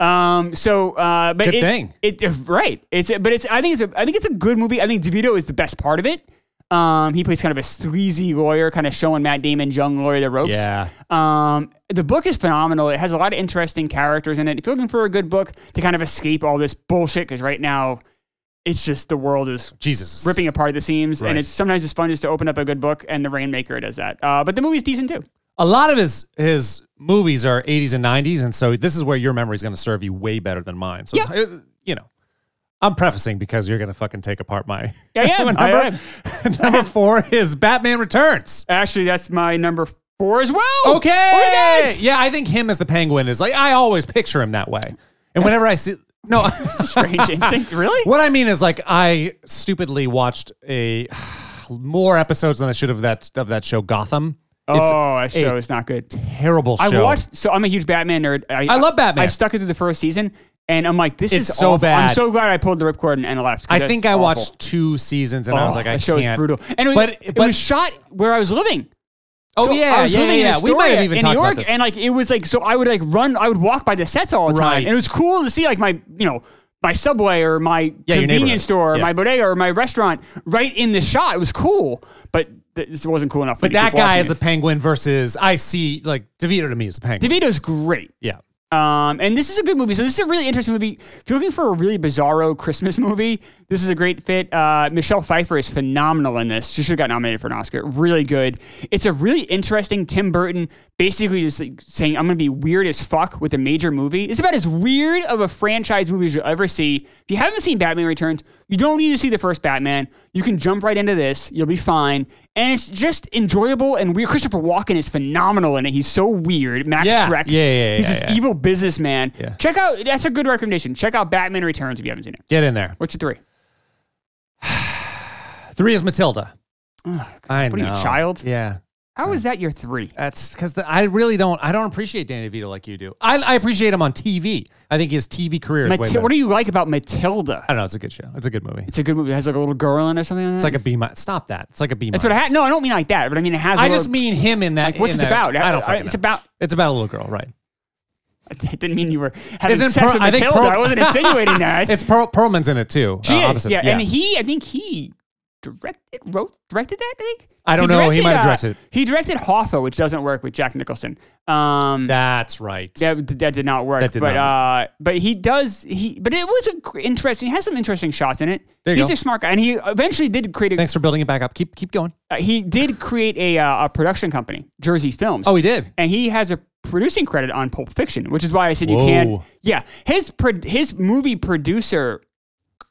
C: Um. So, uh, but
A: Good
C: it,
A: thing.
C: It right. It's but it's. I think it's a. I think it's a good movie. I think DeVito is the best part of it. Um. He plays kind of a sleazy lawyer, kind of showing Matt Damon's young lawyer the ropes.
A: Yeah.
C: Um. The book is phenomenal. It has a lot of interesting characters in it. If you're looking for a good book to kind of escape all this bullshit, because right now, it's just the world is
A: Jesus
C: ripping apart at the seams,
A: Right.
C: and it's sometimes it's fun just to open up a good book, and The Rainmaker does that. Uh. But the movie's decent too.
A: a lot of his his movies are 80s and 90s and so this is where your memory is going to serve you way better than mine so it's- uh, you know i'm prefacing because you're going to fucking take apart my
C: Yeah, I am. I
A: number, number four is batman returns
C: Actually, that's my number four as well.
A: okay
C: Look at this.
A: yeah i think him as the penguin is like i always picture him that way and whenever i see no
C: Strange Instinct, really?
A: What I mean is like I stupidly watched a more episodes than I should have that of that show Gotham. It's a
C: oh, that show is not good.
A: terrible show.
C: I watched. So I'm a huge Batman nerd. I,
A: I love Batman.
C: I stuck it through the first season, and I'm like, this
A: It's
C: is
A: so
C: awful.
A: bad.
C: I'm so glad I pulled the ripcord and, and left. 'cause
A: I think
C: that's
A: I
C: awful.
A: watched two seasons and I was
C: Oh,
A: like, I
C: that show is
A: can't.
C: brutal. And it was,
A: But-
C: it
A: but-
C: was shot where I was living.
A: Oh
C: So I
A: yeah,
C: was
A: yeah, yeah.
C: living in
A: yeah. We might
C: Astoria
A: have even
C: in
A: talked
C: New York,
A: about this.
C: And like it was like so, I would like run. I would walk by the sets all the
A: Right.
C: time, and it was cool to see like my you know my subway or my
A: your neighborhood.
C: convenience store, or
A: Yeah.
C: my bodega or my restaurant right in the shot. It was cool, but th- this wasn't cool enough.
A: but that guy is the penguin versus I see like DeVito to me is the penguin.
C: DeVito's great.
A: yeah.
C: Um, and this is a good movie. So this is a really interesting movie. If you're looking for a really bizarro Christmas movie, this is a great fit. Uh, Michelle Pfeiffer is phenomenal in this. She should have got nominated for an Oscar. Really good. It's a really interesting Tim Burton, basically just like saying I'm gonna be weird as fuck with a major movie. It's about as weird of a franchise movie as you'll ever see. If you haven't seen Batman Returns, You don't need to see the first Batman. You can jump right into this. You'll be fine. And it's just enjoyable and weird. Christopher Walken is phenomenal in it. He's so weird. Max
A: Yeah.
C: Schreck.
A: Yeah, yeah, yeah,
C: He's this
A: yeah.
C: evil businessman.
A: Yeah.
C: Check out, that's a good recommendation. Check out Batman Returns if you haven't seen it.
A: Get in there.
C: What's your three?
A: Three is Matilda. I know.
C: what are you, a child?
A: Yeah.
C: How is that your three?
A: That's because I really don't. I don't appreciate Danny DeVito like you do. I, I appreciate him on TV. I think his TV career is way
C: Mati-
A: better.
C: what do you like about Matilda?
A: I don't know. It's a good show. It's a good movie.
C: It's a good movie. It has like a little girl in it or something.
A: It's like a B. mi- Stop that. It's like a B.
C: That's what I had. No, I don't mean like that, but I mean it has. a
A: I
C: little-
A: just mean him in that.
C: like what's
A: in
C: it
A: that-
C: about? Uh,
A: I don't. fucking
C: It's
A: know.
C: about.
A: It's about a little girl, right?
C: I didn't mean you were having
A: Isn't
C: sex
A: Pearl-
C: with
A: I think
C: Matilda.
A: Pearl-
C: I wasn't insinuating that.
A: It's Pearl, Pearlman's in it too.
C: she
A: uh,
C: is.
A: opposite-
C: Yeah. and he. I think he directed, wrote, directed that. I think.
A: I don't know. He might have
C: uh,
A: directed it.
C: he directed Hawthorne, which doesn't work with Jack Nicholson. Um, that,
A: that's right.
C: that, did not work.
A: That did
C: but
A: not
C: uh, but he does. He but it was a cr- interesting. He has some interesting shots in it.
A: There you
C: He's
A: go.
C: a smart guy, and he eventually did create a
A: Thanks for building it back up. Keep keep going.
C: uh, he did create a, uh, a production company, Jersey Films.
A: Oh, he did.
C: and he has a producing credit on Pulp Fiction, which is why I said you
A: Whoa.
C: can't. Yeah, his pro- his movie producer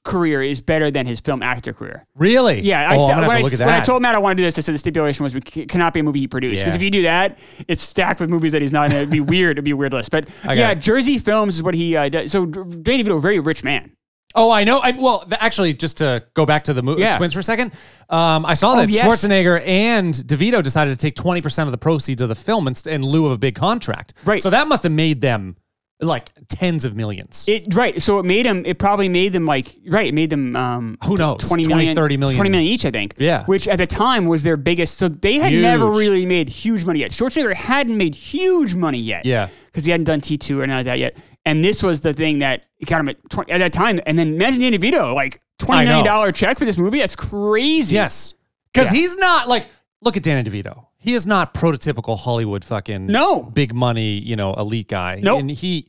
C: career is better than his film actor career.
A: Really?
C: Yeah,
A: Oh,
C: I,
A: I'm
C: said
A: gonna have
C: when, I,
A: to look at
C: when I
A: that.
C: told Matt I want to do this, I said the stipulation was we c- cannot be a movie he produced because
A: Yeah.
C: if you do that, it's stacked with movies that he's not in. It'd be weird. It'd be a weird list. But
A: got
C: yeah,
A: it.
C: Jersey Films is what he uh, does. So Danny DeVito, a very rich man.
A: Oh, I know. I, well, th- actually, just to go back to the mo-
C: Yeah. Oh,
A: twins for a second, um, I saw that
C: yes.
A: Schwarzenegger and DeVito decided to take twenty percent of the proceeds of the film in, st- in lieu of a big contract.
C: Right.
A: So that must have made them like tens of millions.
C: It right. So it made him. It probably made them like right. It made them. Um,
A: Who knows?
C: 20
A: 20,
C: million,
A: 30 million.
C: 20 million each, I think.
A: Yeah.
C: Which at the time was their biggest. So they had
A: Huge.
C: never really made huge money yet. Schwarzenegger hadn't made huge money yet.
A: Yeah.
C: Because he hadn't done T2 or none of that yet. And this was the thing that got him at, 20, at that time. And then imagine Danny DeVito, like $20 million dollar check for this movie. That's crazy.
A: yes. Because
C: Yeah.
A: he's not like look at Danny DeVito. He is not prototypical Hollywood fucking
C: No.
A: big money you know elite guy.
C: Nope.
A: And he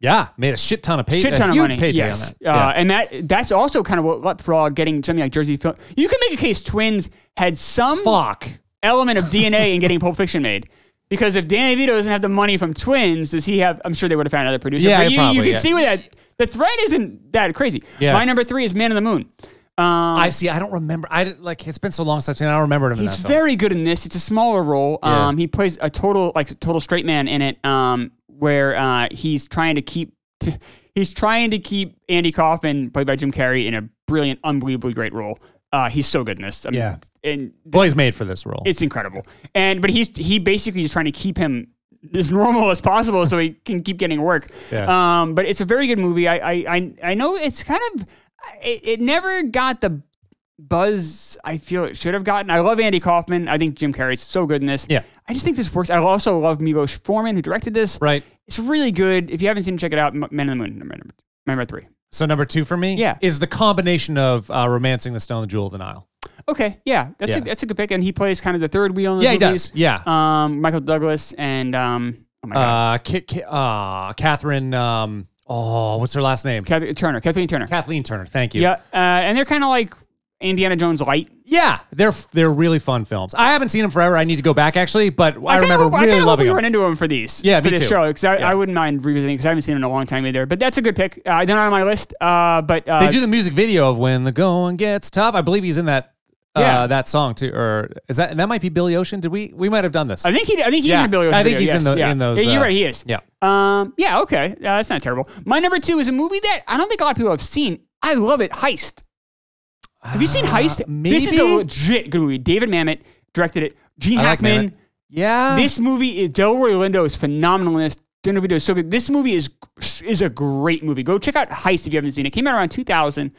A: yeah made a shit ton of pay
C: Shit
A: a
C: ton of
A: huge
C: money.
A: payday
C: yes,
A: on that. Yeah.
C: uh, and that that's also kind of what leapfrog getting something like Jersey film. You can make a case Twins had some
A: Fuck.
C: element of DNA in getting Pulp Fiction made. Because if Danny DeVito doesn't have the money from Twins, does he have? I'm sure they would have found another producer.
A: Yeah,
C: but you,
A: probably,
C: you can
A: yeah.
C: see where that the threat isn't that crazy.
A: Yeah.
C: My number three is Man in the Moon. Um,
A: I see. I don't remember. I didn't- like it's been so long since I've seen. it. I don't remember him. in
C: he's
A: that film.
C: very good in this. It's a smaller role.
A: Yeah.
C: Um, he plays a total like total straight man in it. Um, where uh, he's trying to keep he's trying to keep Andy Kaufman, played by Jim Carrey, in a brilliant, unbelievably great role. Uh, he's so good in this. I mean,
A: Yeah.
C: and
A: Boy's made for this role.
C: It's incredible. And but he's he basically is trying to keep him as normal as possible so he can keep getting work.
A: Yeah.
C: Um, but it's a very good movie. I I I, I know it's kind of it, it never got the buzz I feel it should have gotten. I love Andy Kaufman. I think Jim Carrey's so good in this.
A: Yeah.
C: I just think this works. I also love Milos Forman who directed this.
A: right.
C: It's really good. If you haven't seen it, check it out. M- Men in the Moon, number number, number three.
A: So number two for me,
C: Yeah.
A: is the combination of uh, romancing the stone, the jewel of the Nile.
C: Okay, yeah, that's
A: Yeah.
C: a that's a good pick, and he plays kind of the third wheel. In the
A: Yeah, he
C: movies.
A: does. Yeah.
C: Um, Michael Douglas and um, oh my god,
A: Uh, Ki- Ki- uh, Catherine. Um, oh, what's her last name?
C: Kath- Turner, Kathleen Turner.
A: Kathleen Turner. Thank you.
C: yeah, uh, and they're kind of like Indiana Jones light.
A: Yeah, they're they're really fun films. I haven't seen them forever. I need to go back actually, but I,
C: kinda
A: remember
C: hope- I
A: really
C: kinda hope
A: loving
C: we
A: them.
C: run into him for these.
A: Yeah,
C: for
A: me
C: this
A: too.
C: show because I,
A: Yeah.
C: I wouldn't mind revisiting because I haven't seen it in a long time either. But that's a good pick. Uh, they're not on my list. Uh, but uh,
A: they do the music video of when the going gets tough. I believe he's in that. Uh,
C: Yeah.
A: that song too, or is that that might be Billy Ocean? Did we we might have done this?
C: I think he. I think he's
A: Yeah,
C: in a Billy Ocean
A: I think
C: video,
A: he's in
C: yes,
A: the-
C: yeah.
A: in those,
C: Yeah, you're
A: uh,
C: right. He is.
A: yeah.
C: Um. Yeah. Okay. Uh, that's not terrible. My number two is a movie that I don't think a lot of people have seen. I love it. Heist. Have you seen Heist? This is a
A: Uh, maybe?
C: legit good movie. David Mamet directed it. Gene
A: I like
C: Hackman.
A: Mamet. yeah,
C: This movie is Delroy Lindo is phenomenal in this. Danny DeVito is so good. This movie is is a great movie. Go check out Heist if you haven't seen it. It came out around 2000.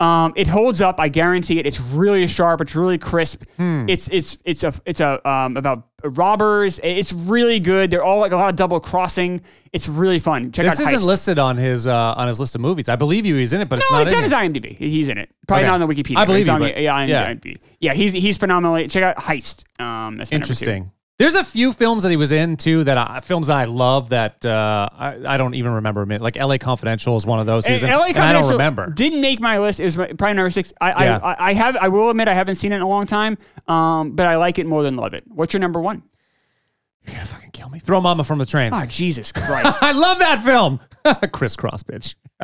C: Um, it holds up, I guarantee it. It's really sharp. It's really crisp.
A: Hmm.
C: It's it's it's a it's a um, about robbers. It's really good. They're all like a lot of double crossing. It's really fun. Check
A: this
C: out
A: isn't
C: Heist.
A: listed on his uh, on his list of movies. I believe you. He's in it, but it's
C: no,
A: not
C: it's
A: in
C: on his
A: here.
C: IMDb. He's in it. Probably
A: Okay.
C: not on the Wikipedia.
A: I
C: but
A: believe
C: it's
A: you,
C: on
A: but-
C: the, yeah, on
A: yeah.
C: the IMDb. Yeah, he's he's phenomenal. Check out Heist. Um, that's my number two.
A: Interesting. There's a few films that he was in too that I, films that I love that uh, I, I don't even remember. him in. Like L.A. Confidential is one of those. He was in,
C: And LA
A: and I don't
C: Confidential
A: remember.
C: Didn't make my list. It was my, probably number six. I,
A: Yeah.
C: I, I, I have. I will admit I haven't seen it in a long time. Um, but I like it more than love it. What's your number one?
A: You're gonna fucking kill me. Throw mama from the train.
C: Oh, Jesus Christ.
A: I love that film. Crisscross, bitch.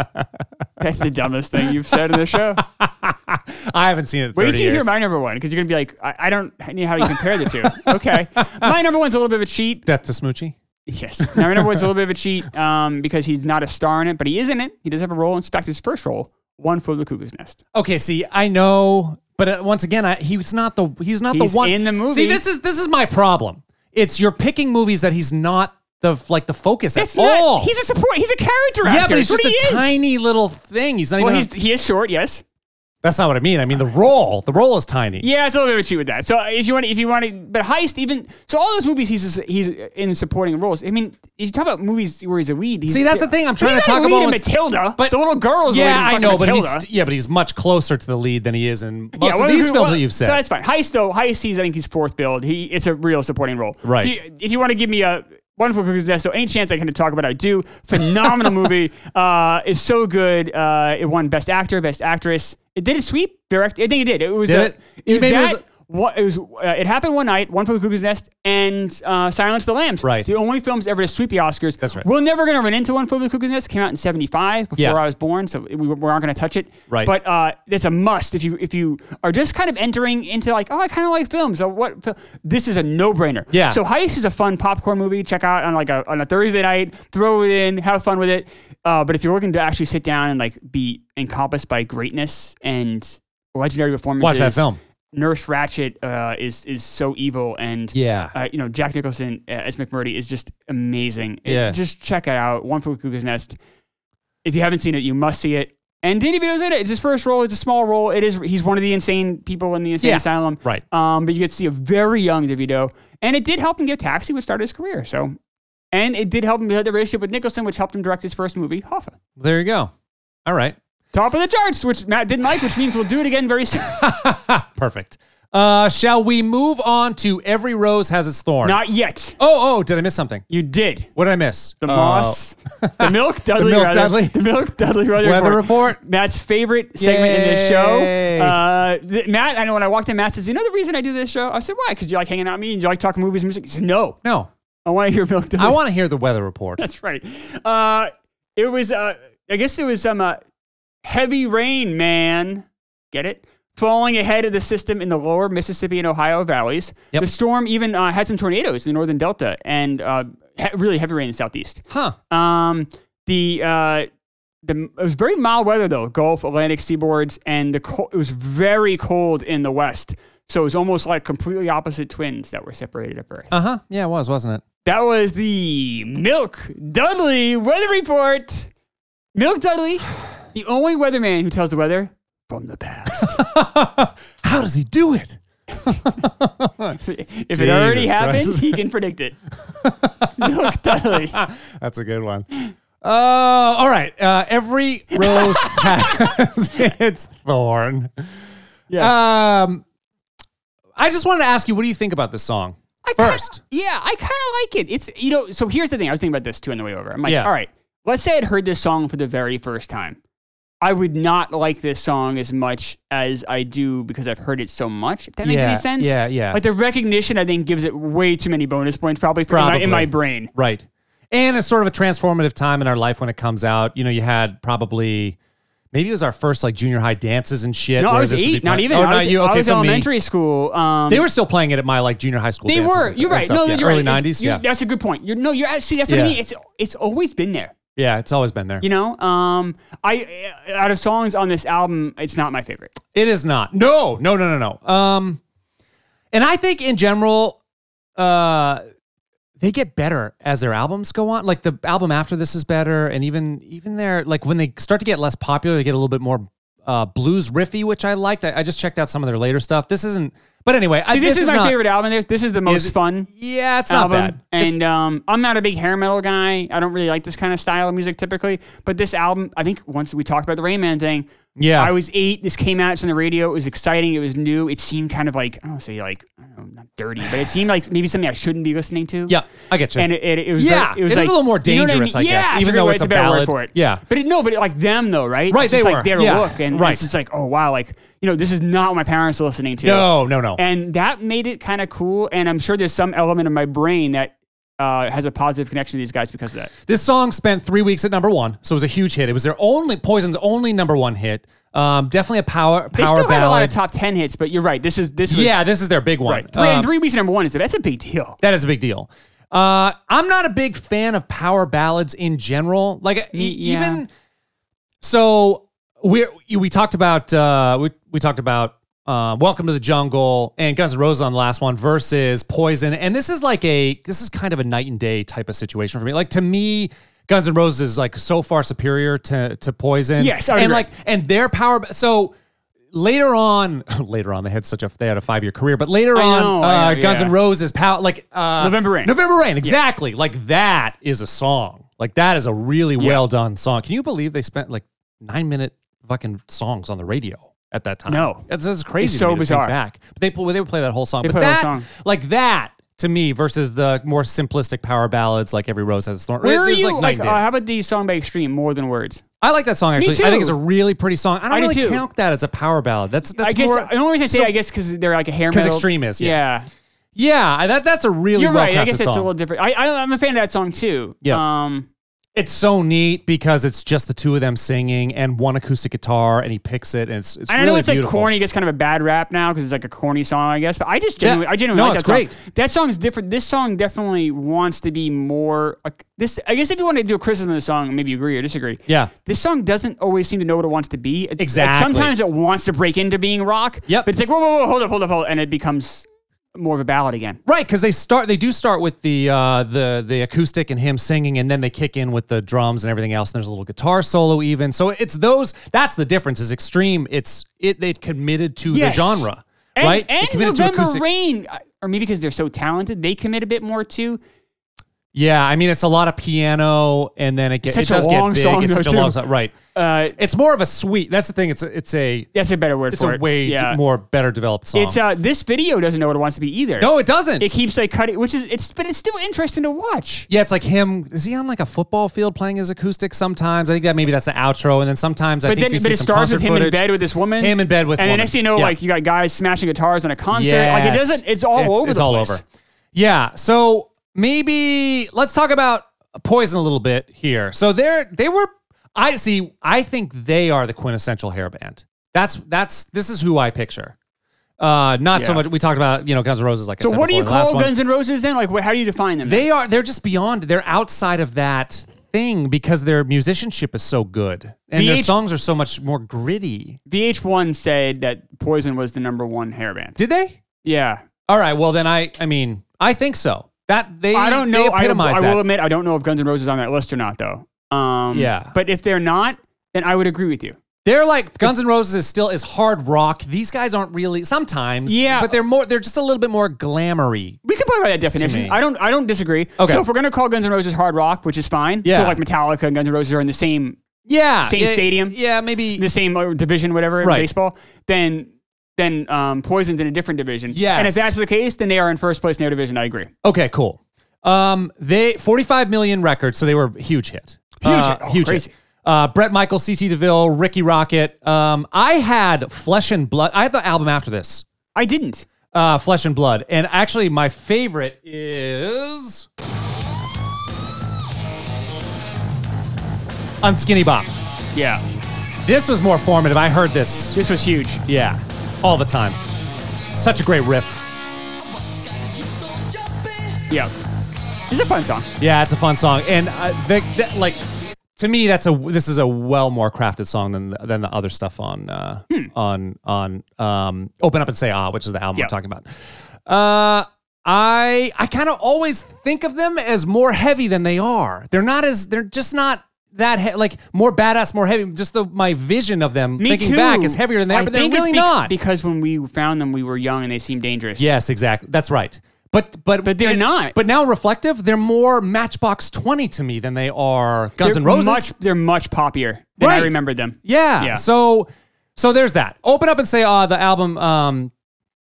C: That's the dumbest thing you've said in the show.
A: I haven't seen it. In
C: Wait
A: 30
C: till you hear
A: years.
C: my number one because you're going to be like, I, I don't know how you compare the two. Okay. My number one's a little bit of a cheat.
A: Death to Smoochie.
C: Yes. Now, my number one's a little bit of a cheat um, because he's not a star in it, but he is in it. He does have a role. In fact, his first role, One Flew Over the Cuckoo's Nest.
A: Okay, see, I know, but uh, once again, I, he's not the he's not
C: He's
A: the one
C: in the movie.
A: See, this is this is my problem. It's you're picking movies that he's not the like the focus
C: That's
A: at all.
C: not, he's a support. He's a character actor.
A: yeah, but he's
C: That's
A: just
C: what
A: a
C: he is.
A: tiny little thing. He's not
C: Well,
A: even.
C: he's, he is short, yes.
A: that's not what I mean. I mean the role. The role is tiny.
C: Yeah, it's a little bit of a cheat with that. So if you want, to, if you want to, but heist even so, all those movies he's he's in supporting roles. I mean, you talk about movies where he's a lead. He's,
A: See, that's the thing I'm
C: But
A: trying
C: he's
A: to
C: not
A: talk
C: a
A: about
C: lead In
A: when-
C: Matilda,
A: but-
C: but the little girls.
A: yeah, I know, but
C: Matilda.
A: he's yeah, but he's much closer to the lead than he is in most of
C: well,
A: these
C: who-
A: films
C: well,
A: that you've said.
C: So that's fine. Heist though, heist he's I think he's fourth build. He it's a real supporting role.
A: Right.
C: If you, if you want to give me a wonderful cookies nest, so any chance I can talk about, it, I do. Phenomenal movie. Uh, it's so good. Uh, it won best actor, best actress. It did it sweep direct. I think it did. It was
A: Did
C: a,
A: it? You
C: was
A: made me-
C: that- what it was, uh, it happened one night, One for the Cuckoo's Nest and uh, Silence of the Lambs.
A: Right.
C: The only films ever to sweep the Oscars.
A: That's right.
C: We're never going to run into One for the Cuckoo's Nest. Came out in 75 before
A: Yeah.
C: I was born, so we, we aren't going to touch it.
A: Right.
C: But uh, it's a must if you if you are just kind of entering into like oh I kind of like films so what fil- this is a no brainer
A: Yeah.
C: so Heist is a fun popcorn movie check out on like a on a Thursday night throw it in have fun with it uh, but if you're looking to actually sit down and like be encompassed by greatness and legendary performances
A: Watch that film.
C: Nurse Ratchet uh, is is so evil and
A: Yeah.
C: uh, you know Jack Nicholson uh, as McMurdy is just amazing It-
A: Yeah.
C: just check it out One for Cuckoo's Nest if you haven't seen it, you must see it. And Danny DeVito's in it. It's his first role. It's a small role. It is. He's one of the insane people in the insane
A: Yeah,
C: asylum.
A: right.
C: Um, but you get to see a very young DeVito, and it did help him get Taxi, which started his career. So, and it did help him build the relationship with Nicholson, which helped him direct his first movie, Hoffa.
A: There you go. All right.
C: Top of the charts, which Matt didn't like, which means we'll do it again very soon.
A: Perfect. Uh, shall we move on to Every Rose Has Its Thorn?
C: Not yet.
A: oh, oh, did I miss something?
C: You did.
A: What did I miss?
C: The
A: Uh,
C: Moss, the Milk Dudley,
A: Milk
C: rather.
A: Dudley.
C: the Milk Dudley Brother
A: Weather report.
C: Matt's favorite segment in this show.
A: Yay.
C: Uh, th- Matt, I know when I walked in, Matt says, "You know the reason I do this show?" I said, "Why? Because you like hanging out with me and you like talking movies and music." He said, "No,
A: No,
C: I want to hear Milk Dudley."
A: I want to hear the weather report.
C: That's right. Uh, it was. Uh, I guess it was some uh, heavy rain, man. Get it? Falling ahead of the system in the lower Mississippi and Ohio valleys.
A: Yep.
C: The storm even uh, had some tornadoes in the northern delta and uh, he- really heavy rain in the southeast.
A: Huh.
C: Um, the uh, the it was very mild weather though. Gulf, Atlantic seaboards, and the co- it was very cold in the west. So it was almost like completely opposite twins that were separated at birth.
A: Uh huh. Yeah, it was, wasn't it?
C: That was the Milk Dudley weather report. Milk Dudley, the only weatherman who tells the weather from the past.
A: How does he do it?
C: if it already
A: Jesus
C: happened,
A: Christ.
C: he can predict it. Milk Dudley.
A: That's a good one. Uh, all right. Uh, every rose has its thorn.
C: Yes.
A: Um, I just wanted to ask you, what do you think about this song?
C: I kinda-
A: First,
C: yeah, I kind of like it. It's you know. So here's the thing. I was thinking about this too on the way over. I'm like,
A: Yeah.
C: all right. Let's say I'd heard this song for the very first time. I would not like this song as much as I do because I've heard it so much. If that makes
A: Yeah,
C: any sense.
A: yeah, yeah.
C: Like the recognition, I think, gives it way too many bonus points, probably, for My,
A: Probably.
C: in my brain.
A: Right. And it's sort of a transformative time in our life when it comes out. You know, you had probably maybe it was our first like junior high dances and shit.
C: No, I
A: where
C: was
A: this would be
C: eight. Not
A: playing-
C: even.
A: Oh,
C: I
A: not
C: was,
A: you.
C: I
A: Okay,
C: was
A: so me.
C: elementary school. Um,
A: They were still playing it at my like junior high school.
C: They
A: dances
C: were.
A: and
C: You're right.
A: stuff.
C: No,
A: Yeah,
C: you're
A: early
C: right.
A: nineties.
C: You-
A: Yeah,
C: That's a good point. You're no. You're actually. That's what
A: Yeah.
C: I mean. It's it's always been there.
A: yeah. It's always been there.
C: You know. Um. I uh, out of songs on this album, it's not my favorite.
A: It is not. No, no, no, no, no. Um, and I think in general, uh, they get better as their albums go on. Like the album after this is better, and even even their like when they start to get less popular, they get a little bit more uh, blues riffy, which I liked. I, I just checked out some of their later stuff. This isn't. But anyway, I,
C: See, this, is, my
A: not-
C: favorite album. This, this is the most
A: it-
C: fun
A: Yeah, it's
C: album.
A: not bad. It's-
C: And um, I'm not a big hair metal guy. I don't really like this kind of style of music typically. But this album, I think once we talked about the Rain Man thing,
A: Yeah.
C: I was eight. This came out. It's on the radio. It was exciting. It was new. It seemed kind of like, I don't want to say like, I don't know, not dirty, but it seemed like maybe something I shouldn't be listening to.
A: yeah, I get you.
C: And it, it, it was
A: Yeah,
C: very- it was
A: it is
C: like-
A: a little more
C: you know what
A: dangerous, I
C: mean?
A: guess,
C: Yeah,
A: even though
C: great-
A: it's a
C: a better
A: ballad.
C: word for it.
A: Yeah.
C: but it, no, but it, like them though, right?
A: Right,
C: It's
A: they
C: just
A: were.
C: like their
A: Yeah.
C: look, and
A: Right.
C: it's just like, oh wow, like you know, this is not what my parents are listening to.
A: no, no, no.
C: And that made it kind of cool. And I'm sure there's some element of my brain that uh, has a positive connection to these guys because of that.
A: This song spent three weeks at number one, so it was a huge hit. It was their only Poison's only number one hit. Um, definitely a power
C: They
A: power
C: still had a lot
A: ballad.
C: of top ten hits, but you're right. This is this was
A: yeah, this is their big one.
C: right. Three,
A: Um,
C: three weeks at number one is that's a big deal.
A: That is a big deal. Uh, I'm not a big fan of power ballads in general. Like e-
C: yeah.
A: even so, we we talked about uh, we we talked about uh, Welcome to the Jungle and Guns N' Roses on the last one versus Poison, and this is like a this is kind of a night and day type of situation for me. Like to me. Guns N' Roses is like so far superior to to Poison.
C: Yes, I
A: and
C: agree.
A: like and their power. ba- So later on, later on, they had such a they had a five year caer, but later
C: I
A: on,
C: know,
A: uh,
C: I know,
A: Guns
C: yeah.
A: N' Roses, pow, like uh,
C: November Rain.
A: November Rain, exactly. Like that is a song. Like that is a really well done song. Can you believe they spent like nine minute fucking songs on the radio at that time?
C: No.
A: that's, that's crazy.
C: It's
A: to
C: so
A: me to think
C: bizarre.
A: Back, but they pl- they would play that whole song. but
C: play that
A: that
C: song.
A: like that to me versus the more simplistic power ballads like Every Rose Has Its Thorn.
C: Where are
A: There's,
C: you?
A: night
C: Like,
A: and
C: uh,
A: day.
C: how about the song by Extreme? More than words.
A: I like that song actually. I
C: too.
A: think it's a really pretty song. I don't
C: I do
A: really
C: too.
A: count that as a power ballad. That's that's
C: I guess
A: more.
C: the only reason I say
A: so-
C: I guess because they're like a hair
A: 'Cause
C: metal.
A: Extreme is, yeah.
C: yeah.
A: yeah, I- that that's a really
C: You're
A: well
C: right. I guess
A: song.
C: it's a little different. I, I I'm a fan of that song too.
A: Yeah.
C: Um.
A: It's so neat because it's just the two of them singing and one acoustic guitar, and he picks it, and it's it's
C: I
A: really
C: know it's
A: beautiful.
C: like corny, gets kind of a bad rap now because it's like a corny song, I guess. But I just genuinely, I genuinely
A: No,
C: like
A: it's
C: that
A: great.
C: song. That song's different. This song definitely wants to be more. Like, this, I guess, if you want to do a criticism of the song, maybe agree or disagree.
A: Yeah.
C: This song doesn't always seem to know what it wants to be. It- it-
A: Exactly.
C: sometimes it wants to break into being rock.
A: Yep.
C: But it's like whoa, whoa, whoa, hold up, hold up, hold up, and it becomes more of a ballad again.
A: Right, because they start they do start with the uh, the the acoustic and him singing, and then they kick in with the drums and everything else. And there's a little guitar solo even. So it's those that's the difference. Is extreme. It's it it committed to
C: Yes.
A: the genre,
C: And,
A: right? It
C: And
A: committed to
C: November
A: acoustic-
C: Rain, I- or maybe because they're so talented, they commit a bit more to.
A: Yeah, I mean it's a lot of piano, and then it gets it
C: Such a
A: does
C: long
A: get big.
C: song,
A: it's
C: though,
A: such a long
C: too.
A: song, right?
C: Uh,
A: It's more of a suite. That's the thing. It's a, it's a
C: that's a better word
A: it's
C: for
A: a
C: it.
A: way d- more better developed song.
C: It's uh, this video doesn't know what it wants to be either.
A: no, it doesn't.
C: it keeps like cutting, which is it's, but it's still interesting to watch.
A: Yeah, it's like him. Is he on like a football field playing his acoustic sometimes? I think that maybe that's the outro, and then sometimes I
C: But
A: think
C: then,
A: you
C: but
A: see
C: it
A: some
C: starts
A: concert
C: with him
A: footage.
C: in bed with this woman,
A: Him in bed with
C: and
A: woman.
C: the next thing you know,
A: Yeah.
C: like you got guys smashing guitars on a concert. Like it
A: Yes.
C: doesn't, it's all
A: It's-
C: over.
A: It's
C: the
A: all
C: place.
A: over. Yeah. So maybe let's talk about Poison a little bit here. So they're they were. I see. I think they are the quintessential hair band. That's that's this is who I picture. Uh, not so
C: Yeah.
A: much. We talked about you know Guns N' Roses. Like I
C: So
A: said
C: what do
A: before
C: you
A: in the last
C: call
A: one.
C: Guns N' Roses then? Like wh- how do you define them?
A: They are. They're just beyond. They're outside of that thing because their musicianship is so good and their
C: VH
A: songs are so much more gritty.
C: VH1 said that Poison was the number one hair band.
A: Did they?
C: yeah,
A: All right. Well, then I. I mean, I think so. That they.
C: I don't know.
A: They
C: I,
A: epitomize
C: I
A: that.
C: will admit I don't know if Guns N' Roses is on that list or not though. Um,
A: Yeah.
C: but if they're not, then I would agree with you.
A: They're like Guns N' Roses is still is hard rock. These guys aren't really sometimes.
C: Yeah.
A: But they're more. They're just a little bit more glamory.
C: We could play by that definition.
A: me.
C: I don't. I don't disagree.
A: Okay.
C: So if we're gonna call Guns N' Roses hard rock, which is fine.
A: Yeah.
C: So like Metallica and Guns N' Roses are in the same
A: Yeah.
C: Same
A: yeah,
C: stadium?
A: Yeah. Maybe.
C: the same uh, division, whatever,
A: Right.
C: in baseball. Then then um, Poison's in a different division.
A: Yes.
C: And if that's the case, then they are in first place in their division. I agree.
A: Okay, cool. Um, they 45 million records, so they were a huge hit.
C: Huge
A: Uh,
C: hit. Oh,
A: huge
C: crazy.
A: hit. Uh, Brett Michael, CC DeVille, Ricky Rocket. Um, I had Flesh and Blood. I had the album after this,
C: I didn't.
A: uh, Flesh and Blood, and actually my favorite is Unskinny Bop.
C: Yeah.
A: This was more formative. I heard this,
C: This was huge.
A: yeah, all the time. Such a great riff.
C: Yeah. This is a fun song.
A: Yeah, it's a fun song, and uh, the, the, like to me, that's a this is a well more crafted song than than the other stuff on uh,
C: Hmm.
A: on on um, open up and say ah, which is the album
C: Yeah.
A: we're talking about. Uh, I I kind of always think of them as more heavy than they are. They're not as they're just not that he- like more badass, more heavy. Just the my vision of them
C: Me
A: thinking
C: too.
A: back is heavier than they
C: I
A: are, but they're
C: think it's
A: really
C: bec-
A: not.
C: Because when we found them, we were young and they seemed dangerous.
A: Yes, exactly. That's right. But but
C: But they're not.
A: But now reflective, they're more Matchbox Twenty to me than they are Guns
C: They're
A: N' Roses.
C: Much, they're much poppier than I
A: Right.
C: remembered them.
A: yeah.
C: Yeah.
A: So so there's that. Open up and say, ah, the album, um,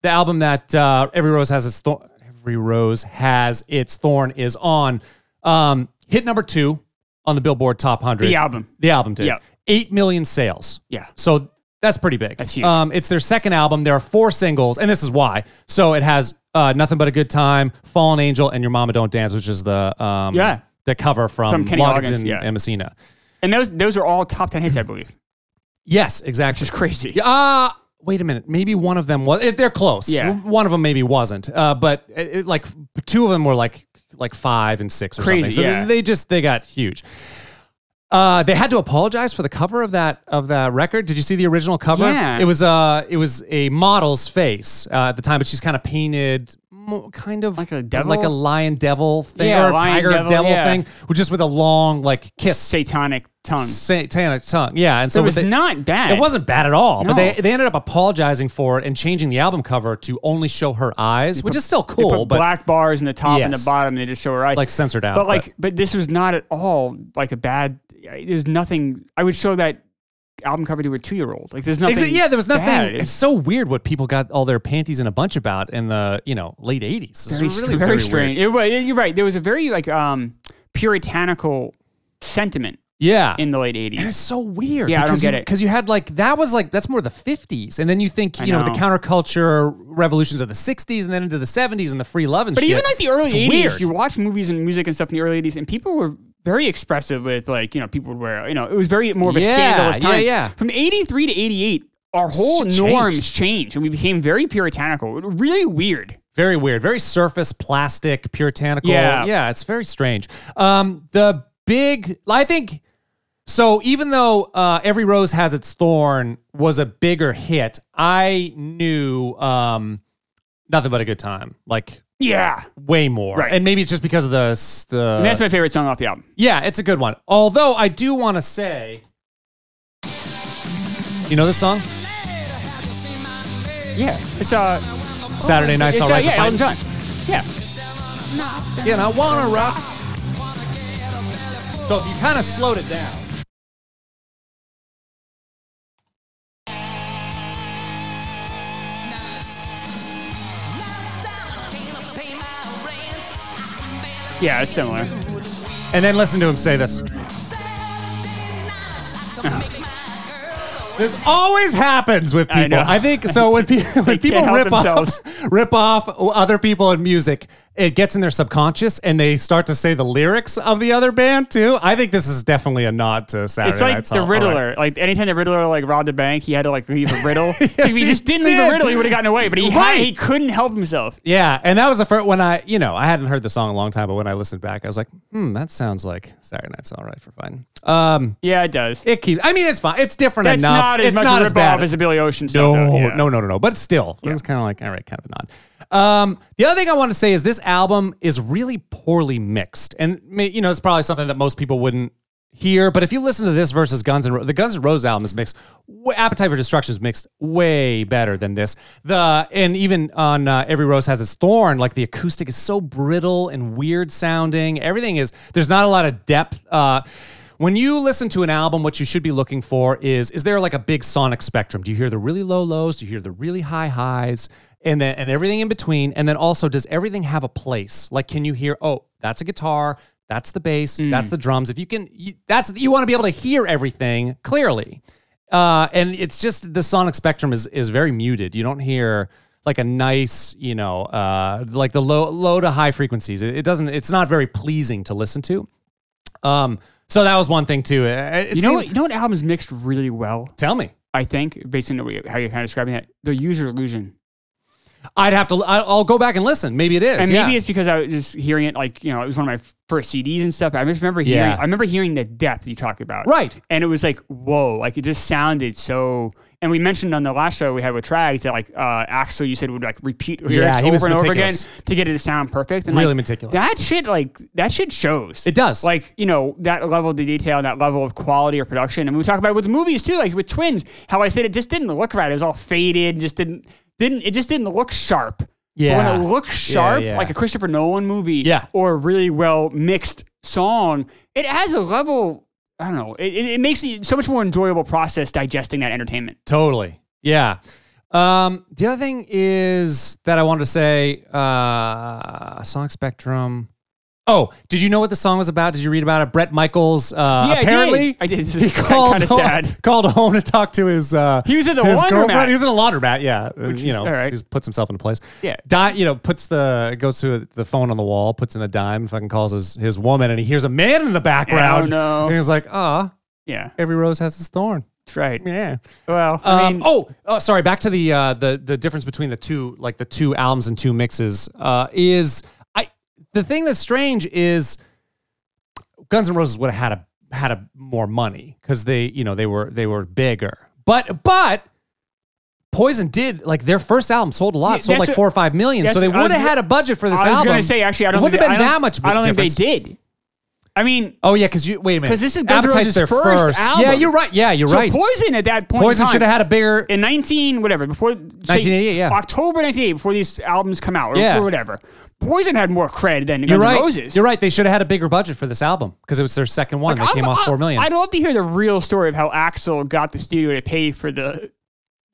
A: the album that uh, every rose has its thorn. Every rose has its thorn is on. Um, hit number two on the Billboard Top Hundred.
C: The album.
A: The album did.
C: Yeah.
A: Eight million sales.
C: Yeah.
A: So That's pretty big.
C: That's huge.
A: Um, it's their second album. There are four singles, and this is why. So it has uh, nothing but a good time, Fallen Angel, and Your Mama Don't Dance, which is the um,
C: Yeah.
A: the cover from,
C: From Kenny
A: Loggins,
C: Loggins,
A: and,
C: yeah.
A: and Messina.
C: And those those are all top ten hits, I believe.
A: Yes, exactly.
C: It's crazy.
A: Yeah, Uh, wait a minute. Maybe one of them was. eh, They're close.
C: Yeah.
A: One of them maybe wasn't. Uh, but it, it, like two of them were like like five and six or something.
C: Crazy,
A: So
C: yeah.
A: they just they got huge. Uh, they had to apologize for the cover of that of that record. Did you see the original cover?
C: Yeah.
A: It was uh it was a model's face uh, at the time, but she's kind of painted mo- kind of
C: Like a devil?
A: like a lion devil thing
C: Yeah,
A: or
C: lion
A: tiger
C: devil,
A: devil,
C: yeah.
A: thing, with- just with a long like kiss
C: Satanic tongue.
A: satanic tongue. Yeah, and so
C: it
A: what
C: was
A: they-
C: not bad.
A: it wasn't bad at all, but
C: No.
A: they, they ended up apologizing for it and changing the album cover to only show her eyes, which is still
C: They
A: cool,
C: put
A: but
C: black bars in the top and the
A: Yes.
C: bottom. And they just show her eyes.
A: like censored out.
C: but like, but, this was not at all like a bad. There's nothing. I would show that album cover to a two year old. Like there's nothing.
A: Exa- yeah, there was nothing.
C: bad.
A: It's,
C: It's
A: so weird what people got all their panties in a bunch about in the you know late eighties.
C: very,
A: really
C: very,
A: weird.
C: strange. It wa- you're right. There was a very like um puritanical sentiment
A: Yeah,
C: in the late '80s.
A: it's so weird.
C: Yeah, I don't
A: because
C: get
A: you,
C: it.
A: because you had like that was like that's more the fifties, and then you think you know,
C: know.
A: the counterculture revolutions of the sixties, and then into the seventies and the free love and
C: But
A: shit.
C: even like the early
A: It's
C: '80s,
A: weird.
C: you watch movies and music and stuff in the early '80s, and people were very expressive with like you know people would wear you know it was very more of a
A: Yeah,
C: scandalous
A: yeah,
C: time.
A: yeah.
C: From '83 to '88, our whole
A: Shit changed.
C: norms changed, and we became very puritanical. It was Really weird.
A: Very weird. Very surface, plastic, puritanical.
C: Yeah.
A: it's very strange. Um, the big, I think, so even though uh, Every Rose Has Its Thorn was a bigger hit, I knew um, Nothing But a Good Time, like
C: Yeah,
A: way more.
C: Right.
A: And maybe it's just because of the. s- the
C: and that's my favorite song off the album.
A: yeah, it's a good one. Although I do want to say, you know this song?
C: Yeah, it's uh,
A: Saturday Night's
C: it's,
A: All
C: uh,
A: Right.
C: yeah,
A: for Fighting.
C: Elton John. Yeah,
A: and I wanna rock. So if you kind of slowed it down.
C: yeah, it's similar.
A: And then listen to him say this. This always happens with
C: I
A: people.
C: know.
A: I, think so. When, pe- when
C: They
A: people
C: can't help
A: rip
C: themselves.
A: off, rip off other people in music, it gets in their subconscious, and they start to say the lyrics of the other band too. I think this is definitely a nod to Saturday
C: It's like
A: Night's
C: the
A: All- All Right.
C: Riddler. Like anytime the Riddler like robbed a bank, he had to like leave a riddle. So if he
A: he
C: just didn't leave
A: did.
C: a riddle, he would have gotten away. But he had,
A: Right.
C: he couldn't help himself.
A: Yeah, and that was the first when I, you know, I hadn't heard the song in a long time, but when I listened back, I was like, hmm, that sounds like Saturday Night's All Right for Fun. Um,
C: Yeah, it does.
A: it keeps. I mean, it's fine. It's different
C: That's
A: enough.
C: not as
A: it's
C: much
A: not
C: a
A: as
C: ripoff
A: bad
C: as the Billy Ocean
A: no,
C: stuff. though. Yeah.
A: no, no, no, no. But still, it's kind of like all right, kind of nod. Um, the other thing I want to say is this album is really poorly mixed, and may- you know, it's probably something that most people wouldn't hear. But if you listen to this versus Guns and the Guns N' Roses album is mixed, w- Appetite for Destruction is mixed way better than this. The and even on uh, Every Rose Has Its Thorn, like the acoustic is so brittle and weird sounding. Everything is there's not a lot of depth. Uh, when you listen to an album, what you should be looking for is is there like a big sonic spectrum? Do you hear the really low lows? Do you hear the really high highs? And then and everything in between. And then also, does everything have a place? Like, can you hear, oh, that's a guitar, that's the bass, that's the drums. If you can you, that's you want to be able to hear everything clearly. Uh, and it's just the sonic spectrum is is very muted. You don't hear like a nice, you know, uh, like the low low to high frequencies. It, it doesn't. It's not very pleasing to listen to. Um, so that was one thing too. Uh, It, it
C: You know, what,
A: seemed-
C: you know what album's mixed really well?
A: tell me.
C: I think, based on the way, how you're kind of describing it, the user illusion.
A: I'd have to. I- I'll go back and listen. Maybe it is.
C: And
A: yeah.
C: maybe it's because I was just hearing it, like you know, it was one of my first CDs and stuff. I just remember hearing,
A: Yeah.
C: I remember hearing the depth you talk about,
A: Right.
C: And it was like, whoa, like it just sounded so. And we mentioned on the last show we had with Trags that like uh, Axel, you said would like repeat lyrics
A: he
C: over
A: was
C: and over again
A: meticulous.
C: to get it to sound perfect. And
A: Really
C: like,
A: meticulous.
C: That shit, like that shit shows.
A: It does.
C: Like you know that level of detail, that level of quality or production. And we talk about it with movies too, like with Twins, how I said it just didn't look right. It was all faded, just didn't didn't it just didn't look sharp. But
A: Yeah.
C: when it looks sharp,
A: yeah.
C: like a Christopher Nolan movie,
A: Yeah.
C: or a really well mixed song, it has a level. I don't know. It, it, it makes it so much more enjoyable process digesting that entertainment.
A: Totally. Yeah. Um, the other thing is that I wanted to say, uh, Sonic Spectrum. Oh, did you know what the song was about? Did you read about it? Brett Michaels. Uh,
C: Yeah, I did.
A: apparently,
C: I did. This
A: He
C: is
A: called
C: kinda
A: home,
C: sad.
A: called home to talk to his. Uh,
C: He was at the
A: his
C: laundromat.
A: girlfriend. He was in a laundromat. Yeah, Uh, you
C: is-
A: know,
C: all right.
A: he just puts himself in a place.
C: Yeah.
A: Di- you know, puts the goes to the phone on the wall, puts in a dime, fucking calls his his woman, and he hears a man in the background.
C: Oh, no.
A: And he's like, ah,
C: Yeah,
A: every rose has its thorn.
C: that's right.
A: Yeah.
C: Well, I
A: Um,
C: mean,
A: oh, oh, sorry. Back to the uh, the the difference between the two, like the two albums and two mixes, uh, is I the thing that's strange is Guns N' Roses would have had a had a more money because they you know they were they were bigger, but but Poison did like their first album sold a lot,
C: Yeah,
A: sold
C: that's
A: like
C: what-
A: four or five million, so
C: that's-
A: they
C: I was
A: would have
C: go-
A: had a budget for this
C: I was
A: album.
C: gonna say actually, I don't
A: it wouldn't
C: think
A: have been
C: they- I
A: that
C: don't-
A: much.
C: I don't
A: difference.
C: think they did. I mean,
A: Oh yeah, because you wait a minute.
C: 'Cause this is Guns N'
A: Appetite's
C: Roses'
A: their
C: first
A: Yeah,
C: album.
A: you're right. Yeah, you're
C: so
A: right.
C: Poison at that point, in
A: Poison
C: time-
A: should have had a bigger.
C: in 19 whatever before
A: 1988, yeah.
C: October 1988 before these albums come out or,
A: Yeah.
C: or whatever. Poison had more cred than Guns
A: You're
C: N'
A: right.
C: Roses.
A: You're right. They should have had a bigger budget for this album because it was their second one. they
C: I'm-
A: came off four million.
C: I'd love to hear the real story of how Axel got the studio to pay for the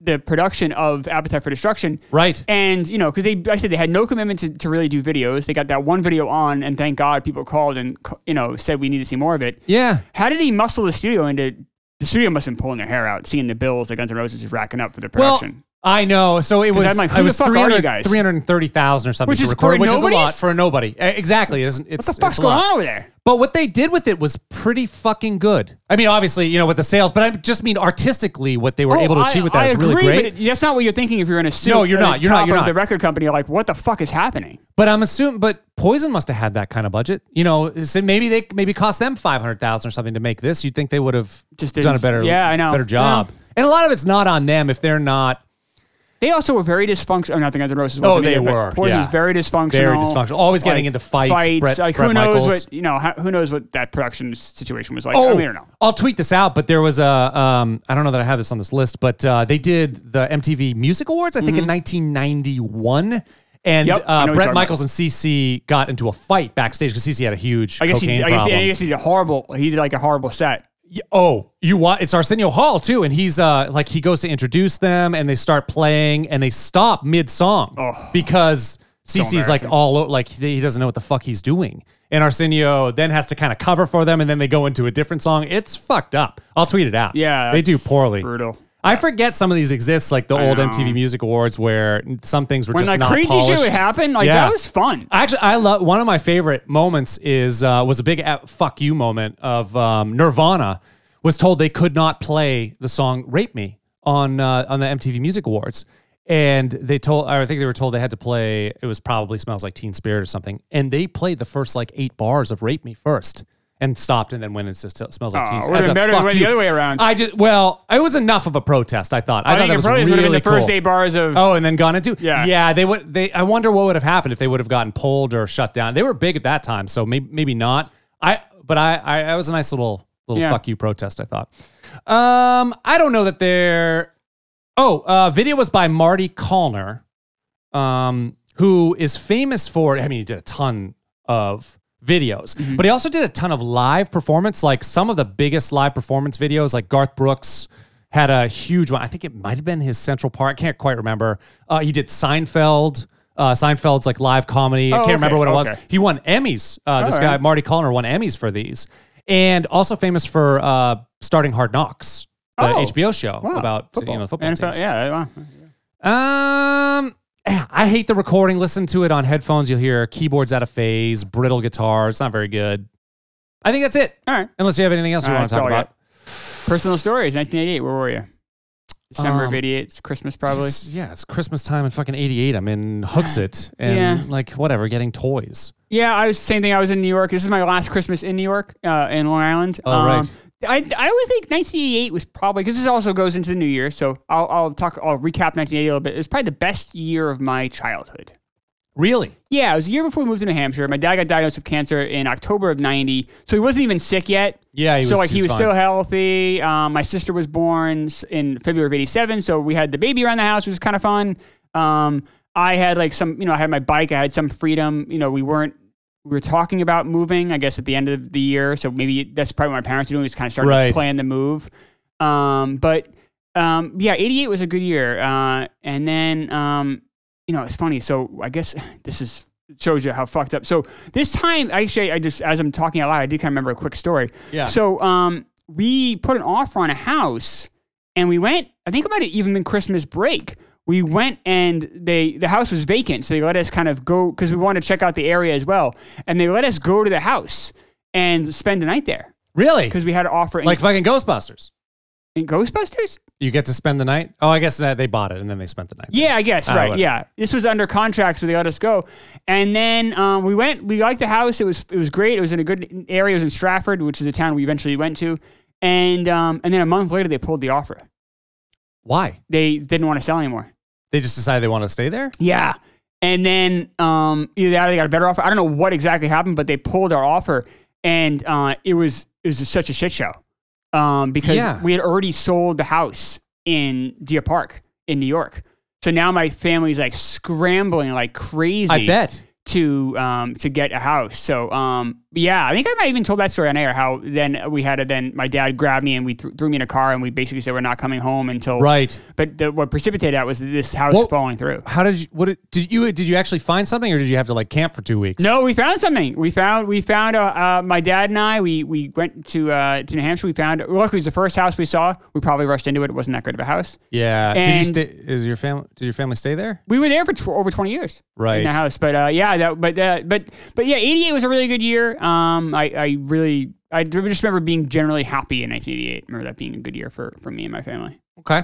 C: the production of Appetite for Destruction.
A: right.
C: And you know, because they, I said they had no commitment to, to really do videos. They got that one video on, and thank God people called and you know said we need to see more of it.
A: yeah.
C: How did he muscle the studio into? The studio must have been pulling their hair out, seeing the bills that Guns N' Roses is racking up for the
A: Well,
C: production.
A: I know. So it was.
C: I'm like, who
A: it was
C: the fuck are you
A: 300
C: guys?
A: 330,000 or something
C: Which
A: to
C: is
A: record,
C: for
A: which is a lot
C: nobodies?
A: for a nobody. Eh, Exactly. It isn't, it's,
C: what the fuck's
A: it's a
C: going
A: lot.
C: on over there?
A: But what they did with it was pretty fucking good. I mean, obviously, you know, with the sales, but I just mean artistically, what they were
C: Oh,
A: able to
C: I-
A: achieve with that
C: I
A: is really
C: agree,
A: great.
C: But it- that's not what you're thinking if you're in a suit.
A: No, you're
C: at the
A: not, you're not,
C: top
A: you're
C: of
A: not.
C: The record company, are like, what the fuck is happening?
A: But I'm assuming, but Poison must have had that kind of budget. You know, so maybe they maybe cost them five hundred thousand or something to make this. You'd think they would have
C: Just
A: done a
C: didn't-
A: better,
C: yeah, I know.
A: better job.
C: Yeah.
A: And a lot of it's not on them if they're not
C: They also were very dysfunctional. Oh, not the Guns N' Roses.
A: Oh,
C: wasn't
A: they
C: either, but
A: were,
C: Poison was
A: yeah.
C: very dysfunctional.
A: Very dysfunctional. Always getting into fights, Brett-
C: like
A: Brett
C: who knows
A: Michaels.
C: what you know? How, who knows what that production situation was like?
A: Oh,
C: I mean, I don't know.
A: I'll tweet this out, but there was a um, I don't know that I have this on this list, but uh, they did the MTV Music Awards, I think, in 1991. And
C: Mm-hmm. Yep, I know
A: uh,
C: what
A: Brett
C: you're talking
A: Michaels and CC got into a fight backstage because CC had a huge
C: I guess he.
A: cocaine
C: I guess, he,
A: problem.
C: I guess he did a horrible. He did like a horrible set.
A: Y- Oh, you want it's Arsenio Hall too, and he's uh like he goes to introduce them, and they start playing, and they stop mid song because CC's like
C: Oh, embarrassing.
A: all o- like he he doesn't know what the fuck he's doing, and Arsenio then has to kind of cover for them, and then they go into a different song. It's fucked up. I'll tweet it out.
C: Yeah,
A: they do
C: that's
A: poorly.
C: Brutal.
A: I forget some of these exist, like the old
C: know.
A: MTV Music Awards, where some things were
C: When
A: just
C: that
A: not
C: crazy
A: polished.
C: shit would happen, like
A: Yeah.
C: that was fun.
A: Actually, I love one of my favorite moments is uh, was a big at- fuck you moment of um, Nirvana was told they could not play the song "Rape Me" on uh, on the MTV Music Awards, and they told or I think they were told they had to play it was probably "Smells Like Teen Spirit" or something, and they played the first like eight bars of "Rape Me" first. And stopped and then went and says, "Smells like
C: Aw,
A: teen."
C: would've
A: Spirit." As
C: been
A: a
C: Oh, better if it
A: fuck
C: went the
A: you.
C: other way around.
A: I just well, it was enough of a protest. I thought. I,
C: I
A: thought
C: think
A: that
C: it
A: was
C: probably would
A: really
C: have been the first
A: cool.
C: eight bars of.
A: Oh, and then gone into
C: Yeah.
A: yeah. They would they. I wonder what would have happened if they would have gotten pulled or shut down. They were big at that time, so maybe maybe not. I but I I, I was a nice little little
C: Yeah.
A: fuck you protest. I thought. Um, I don't know that they're. Oh, uh, video was by Marty Callner, um, who is famous for. I mean, he did a ton of videos,
C: Mm-hmm.
A: but he also did a ton of live performance. Like some of the biggest live performance videos, like Garth Brooks had a huge one. I think it might have been his Central Park. I can't quite remember. Uh, he did Seinfeld. Uh, Seinfeld's like live comedy. I
C: Oh,
A: can't
C: okay,
A: remember what it was.
C: okay.
A: He won Emmys. Uh, this
C: All
A: guy
C: right.
A: Marty Callner won Emmys for these, and also famous for uh, starting Hard Knocks, the
C: Oh,
A: HBO show
C: Wow.
A: about you know football
C: NFL,
A: teams.
C: yeah, wow.
A: Um, I hate the recording. Listen to it on headphones. You'll hear keyboards out of phase, brittle guitar. It's not very good. I think that's it.
C: all right.
A: Unless you have anything else you
C: All right,
A: want to
C: that's all
A: talk
C: I got.
A: about.
C: Personal stories, 1988. Where were you? December
A: Um,
C: of 88. It's Christmas, probably.
A: It's just- yeah, it's Christmas time in fucking '88. I'm in Hooksett and
C: Yeah.
A: like whatever, getting toys.
C: Yeah, I was same thing. I was in New York. This is my last Christmas in New York, uh, in Long Island. Um,
A: Oh, right.
C: I, I always think 1988 was probably because this also goes into the new year. So I'll, I'll talk. I'll recap 1988 a little bit. It was probably the best year of my childhood.
A: Really?
C: Yeah, it was the year before we moved to New Hampshire. My dad got diagnosed with cancer in October of '90, so he wasn't even sick yet.
A: Yeah, he
C: so
A: was-
C: like
A: he
C: he
A: was fine.
C: was still healthy. Um, my sister was born s- in February of '87, so we had the baby around the house, which was kind of fun. Um, I had like some, you know, I had my bike. I had some freedom. You know, we weren't. We were talking about moving, I guess, at the end of the year. So maybe that's probably what my parents were doing, is kind of starting
A: Right.
C: to plan the move. Um, but um, yeah, 88 was a good year. Uh, and then, um, you know, it's funny. So I guess this is shows you how fucked up. So this time, actually, I just as I'm talking out loud, I did kind of remember a quick story.
A: Yeah.
C: So um, we put an offer on a house, and we went. I think it might have even been Christmas break. We went and they the house was vacant, so they let us kind of go because we wanted to check out the area as well, and they let us go to the house and spend the night there
A: Really?
C: because we had an offer in,
A: Like fucking Ghostbusters.
C: in Ghostbusters.
A: You get to spend the night. Oh, I guess that they bought it and then they spent the night.
C: Yeah, I guess right.
A: whatever.
C: Yeah, this was under contract, so they let us go. And then um, we went. We liked the house. It was it was great. It was in a good area. It was in Stratford, which is the town we eventually went to. And um, and then a month later, they pulled the offer.
A: Why?
C: They didn't want to sell anymore.
A: They just decided they want to stay there.
C: Yeah. And then um, either that or they got a better offer. I don't know what exactly happened, but they pulled our offer, and uh, it was it was just such a shit show um, because
A: Yeah.
C: we had already sold the house in Deer Park in New York. So now my family's like scrambling like crazy
A: I bet.
C: to um, to get a house. So um, yeah, I think I might even told that story on air. How then we had to then my dad grabbed me and we th- threw me in a car and we basically said we're not coming home until.
A: Right.
C: But the, what precipitated that was this house
A: Well-
C: falling through.
A: How did you? What did, did you? Did you actually find something, or did you have to like camp for two weeks?
C: No, we found something. We found we found uh, uh, my dad and I. We we went to uh, to New Hampshire. We found luckily it was the first house we saw. We probably rushed into it. It wasn't that great of a house.
A: Yeah. did you
C: And-
A: stay? Is your family? Did your family stay there?
C: We were there for tw- over twenty years.
A: Right.
C: in the house. But uh, yeah, that but uh, but but yeah, eighty eight was a really good year. Um, I I really I just remember being generally happy in nineteen eighty eight. Remember that being a good year for for me and my family.
A: Okay.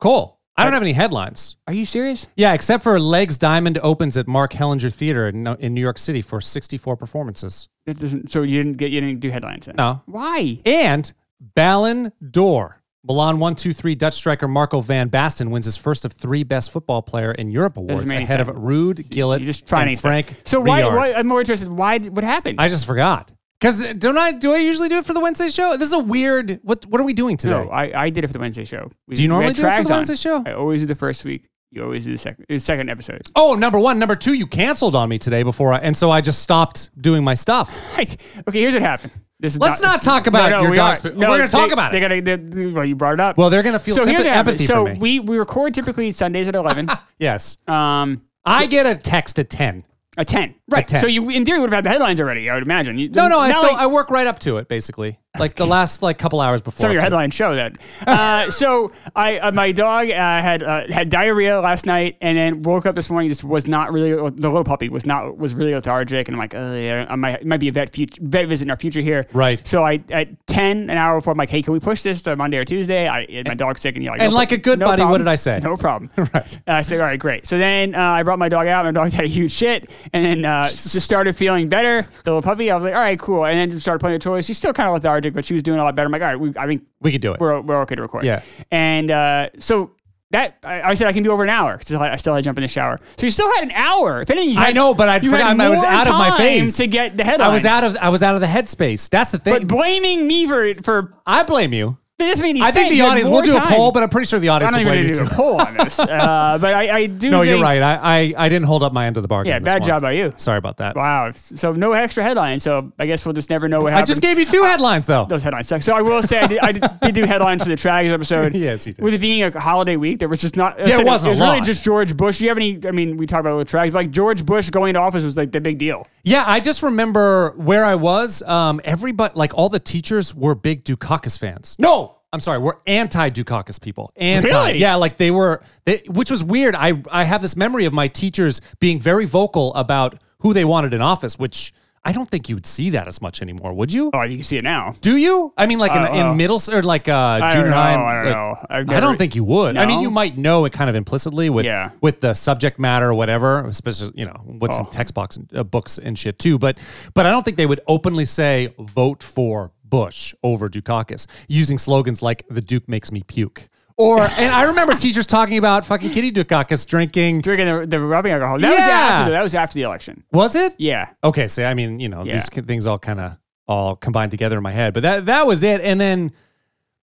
A: Cool. I don't have any headlines.
C: Are you serious?
A: Yeah, except for Legs Diamond opens at Mark Hellinger Theater in, in New York City for 64 performances.
C: That doesn't. So you didn't get you didn't do headlines then?
A: No.
C: Why?
A: And Ballon d'Or. Milan 123 Dutch striker Marco van Basten wins his first of three Best Football Player in Europe awards
C: make any
A: ahead
C: sense.
A: of Rude, Gillett,
C: You're just trying
A: and
C: to
A: Frank.
C: So why,
A: Rijkaard.
C: why? I'm more interested. Why? What happened?
A: I just forgot. Because don't I do I usually do it for the Wednesday show? This is a weird. What what are we doing today?
C: No, I, I did it for the Wednesday show. We-
A: Do you
C: we
A: normally
C: had
A: do it for
C: Trags
A: the
C: on.
A: Wednesday show?
C: I always do the first week. You always do the second the second episode.
A: Oh, number one, number two, you canceled on me today before I, and so I just stopped doing my stuff.
C: Right. Okay, here's what happened. This is
A: Let's not
C: this-
A: talk about your
C: we
A: dog's
C: are-
A: poop. We're gonna talk
C: they-
A: about it.
C: They gotta, they- well, you brought it up.
A: Well, they're gonna feel
C: so here's
A: sympathy,
C: what happened.
A: empathy
C: So
A: for me.
C: we we record typically Sundays at eleven.
A: yes,
C: um,
A: I get a text at ten.
C: a ten. Right.
A: 10.
C: So you in theory would have had the headlines already. I would imagine. You,
A: No, no, I
C: now,
A: still
C: like,
A: I work right up to it basically, like the last like couple hours before.
C: Some of your
A: I do.
C: headlines show that. Uh, so I, uh, my dog uh, had uh, had diarrhea last night, and then woke up this morning. Just was not really uh, the little puppy was not was really lethargic, and I'm like, oh yeah, I might, it might be a vet fut- vet visit in our future here.
A: Right.
C: So I at ten an hour before, I'm like, hey, can we push this to Monday or Tuesday? I and my dog's sick, and you're like,
A: And
C: "No
A: like
C: prob-
A: a good
C: no
A: buddy, what
C: problem.
A: did I say?
C: No problem. right. Uh, I said, all right, great. So then uh, I brought my dog out. My dog had a huge shit, and then uh, just started feeling better. The little puppy, I was like, all right, cool. And then just started playing with toys. She's still kind of lethargic, but she was doing a lot better. I'm like, all right, we, I think
A: We could do it.
C: we're, we're okay to record.
A: Yeah.
C: And uh, so that I, I said I can do over an hour because I still had to jump in the shower. So you still had an hour. If anything, you
A: I
C: had-
A: know, but I
C: you
A: forgot-
C: had
A: I was
C: more
A: out of my
C: time
A: phase.
C: to get the
A: I
C: headlines.
A: was out of I was out of the headspace. That's the thing.
C: But blaming me for for
A: I blame you.
C: this made any
A: I think
C: sense.
A: the
C: You had
A: audience. We'll
C: more
A: do a
C: time.
A: poll, but I'm pretty sure the
C: I
A: audience
C: don't
A: will
C: even
A: blame you
C: need
A: too.
C: to do a poll on this. Uh, but I, I do.
A: No, you're
C: think-
A: right. I, I I didn't hold up my end of the bargain.
C: Yeah,
A: on this
C: bad
A: one.
C: job by you.
A: Sorry about that.
C: Wow. So no extra headlines. So I guess we'll just never know what
A: I
C: happened. Uh,
A: just gave you two headlines though.
C: those headlines suck. So I will say I did, I did, did do headlines for the Trags episode.
A: Yes, you did.
C: With it being a holiday week, there was just not.
A: Yeah, it wasn't
C: It was
A: a
C: really
A: lot.
C: just George Bush. Do you have any? I mean, we talked about the Trags, but like George Bush going to office was like the big deal.
A: Yeah, I just remember where I was. Um, everybody, like all the teachers, were big Dukakis fans. No, I'm sorry, we're anti Dukakis people. Anti,
C: Really?
A: yeah, like they were, they, which was weird. I I have this memory of my teachers being very vocal about who they wanted in office, which I don't think you'd see that as much anymore, would you?
C: Oh, you can see it now.
A: Do you? I mean, like in,
C: I don't know.
A: in middle s- or like uh,
C: don't
A: junior
C: know,
A: high.
C: I don't
A: like-
C: know. I've
A: I
C: never-
A: don't think you would. I mean,
C: No?
A: you might know it kind of implicitly with
C: Yeah.
A: with the subject matter or whatever, especially you know what's in
C: Oh.
A: text box and, uh, books and shit too. But but I don't think they would openly say vote for Bush over Dukakis using slogans like "the Duke makes me puke." Or and I remember teachers talking about fucking Kitty Dukakis drinking.
C: Drinking the, the rubbing alcohol. That was
A: Yeah.
C: after. That was after the election.
A: Was it?
C: Yeah.
A: Okay, so I mean, you know,
C: Yeah.
A: these ki- things all kind of all combined together in my head. But that that was it. And then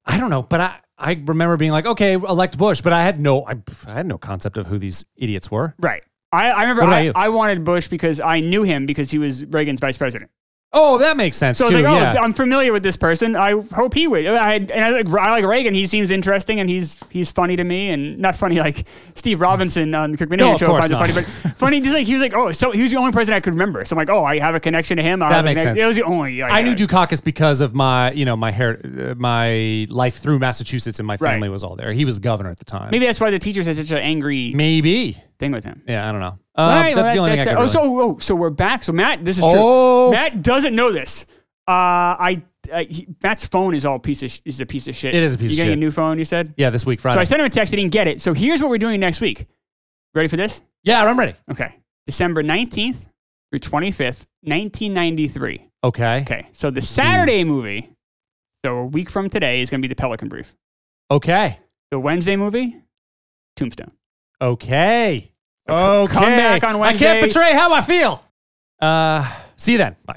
A: I don't know, but I I remember being like, okay, elect Bush, but I had no I, I had no concept of who these idiots were.
C: Right. I, I remember
A: What about
C: I,
A: you?
C: I wanted Bush because I knew him because he was Reagan's vice president.
A: Oh, that makes sense
C: So I
A: too.
C: was like, oh,
A: yeah.
C: I'm familiar with this person. I hope he would. I had, and I like, I like Reagan. He seems interesting, and he's he's funny to me, and not funny like Steve Robinson on the Kirkman
A: No, of
C: show
A: course
C: finds it
A: not.
C: funny, but funny. Just like he was like, oh, so he was the only person I could remember. So I'm like, oh, I have a connection to him. I
A: That
C: have a
A: makes
C: connect-
A: sense.
C: It was the only. Like,
A: I knew Dukakis because of my, you know, my hair, uh, my life through Massachusetts, and my
C: Right.
A: family was all there. He was governor at the time.
C: Maybe that's why the teachers had such an angry
A: Maybe.
C: thing with him.
A: Yeah, I don't know. Um,
C: All
A: that's
C: right,
A: the
C: well,
A: only
C: that-
A: thing I could
C: that's
A: really-
C: it. Oh, so oh, so we're back. So Matt, this is
A: Oh.
C: true. Matt doesn't know this. Uh, I, I he, Matt's phone is all piece of sh- is a piece of shit.
A: It is a piece
C: you
A: of
C: getting
A: shit.
C: a new phone? You said.
A: Yeah, this week Friday.
C: So I sent him a text. He didn't get it. So here's what we're doing next week. Ready for this?
A: yeah, I'm ready.
C: Okay. December 19th through 25th, 1993.
A: Okay. Okay.
C: Okay. So the Saturday movie, so a week from today, is going to be The Pelican Brief.
A: Okay.
C: The Wednesday movie, Tombstone.
A: Okay.
C: So c- come back on
A: I
C: Wednesday.
A: can't betray how I feel. Uh, see you then. Bye.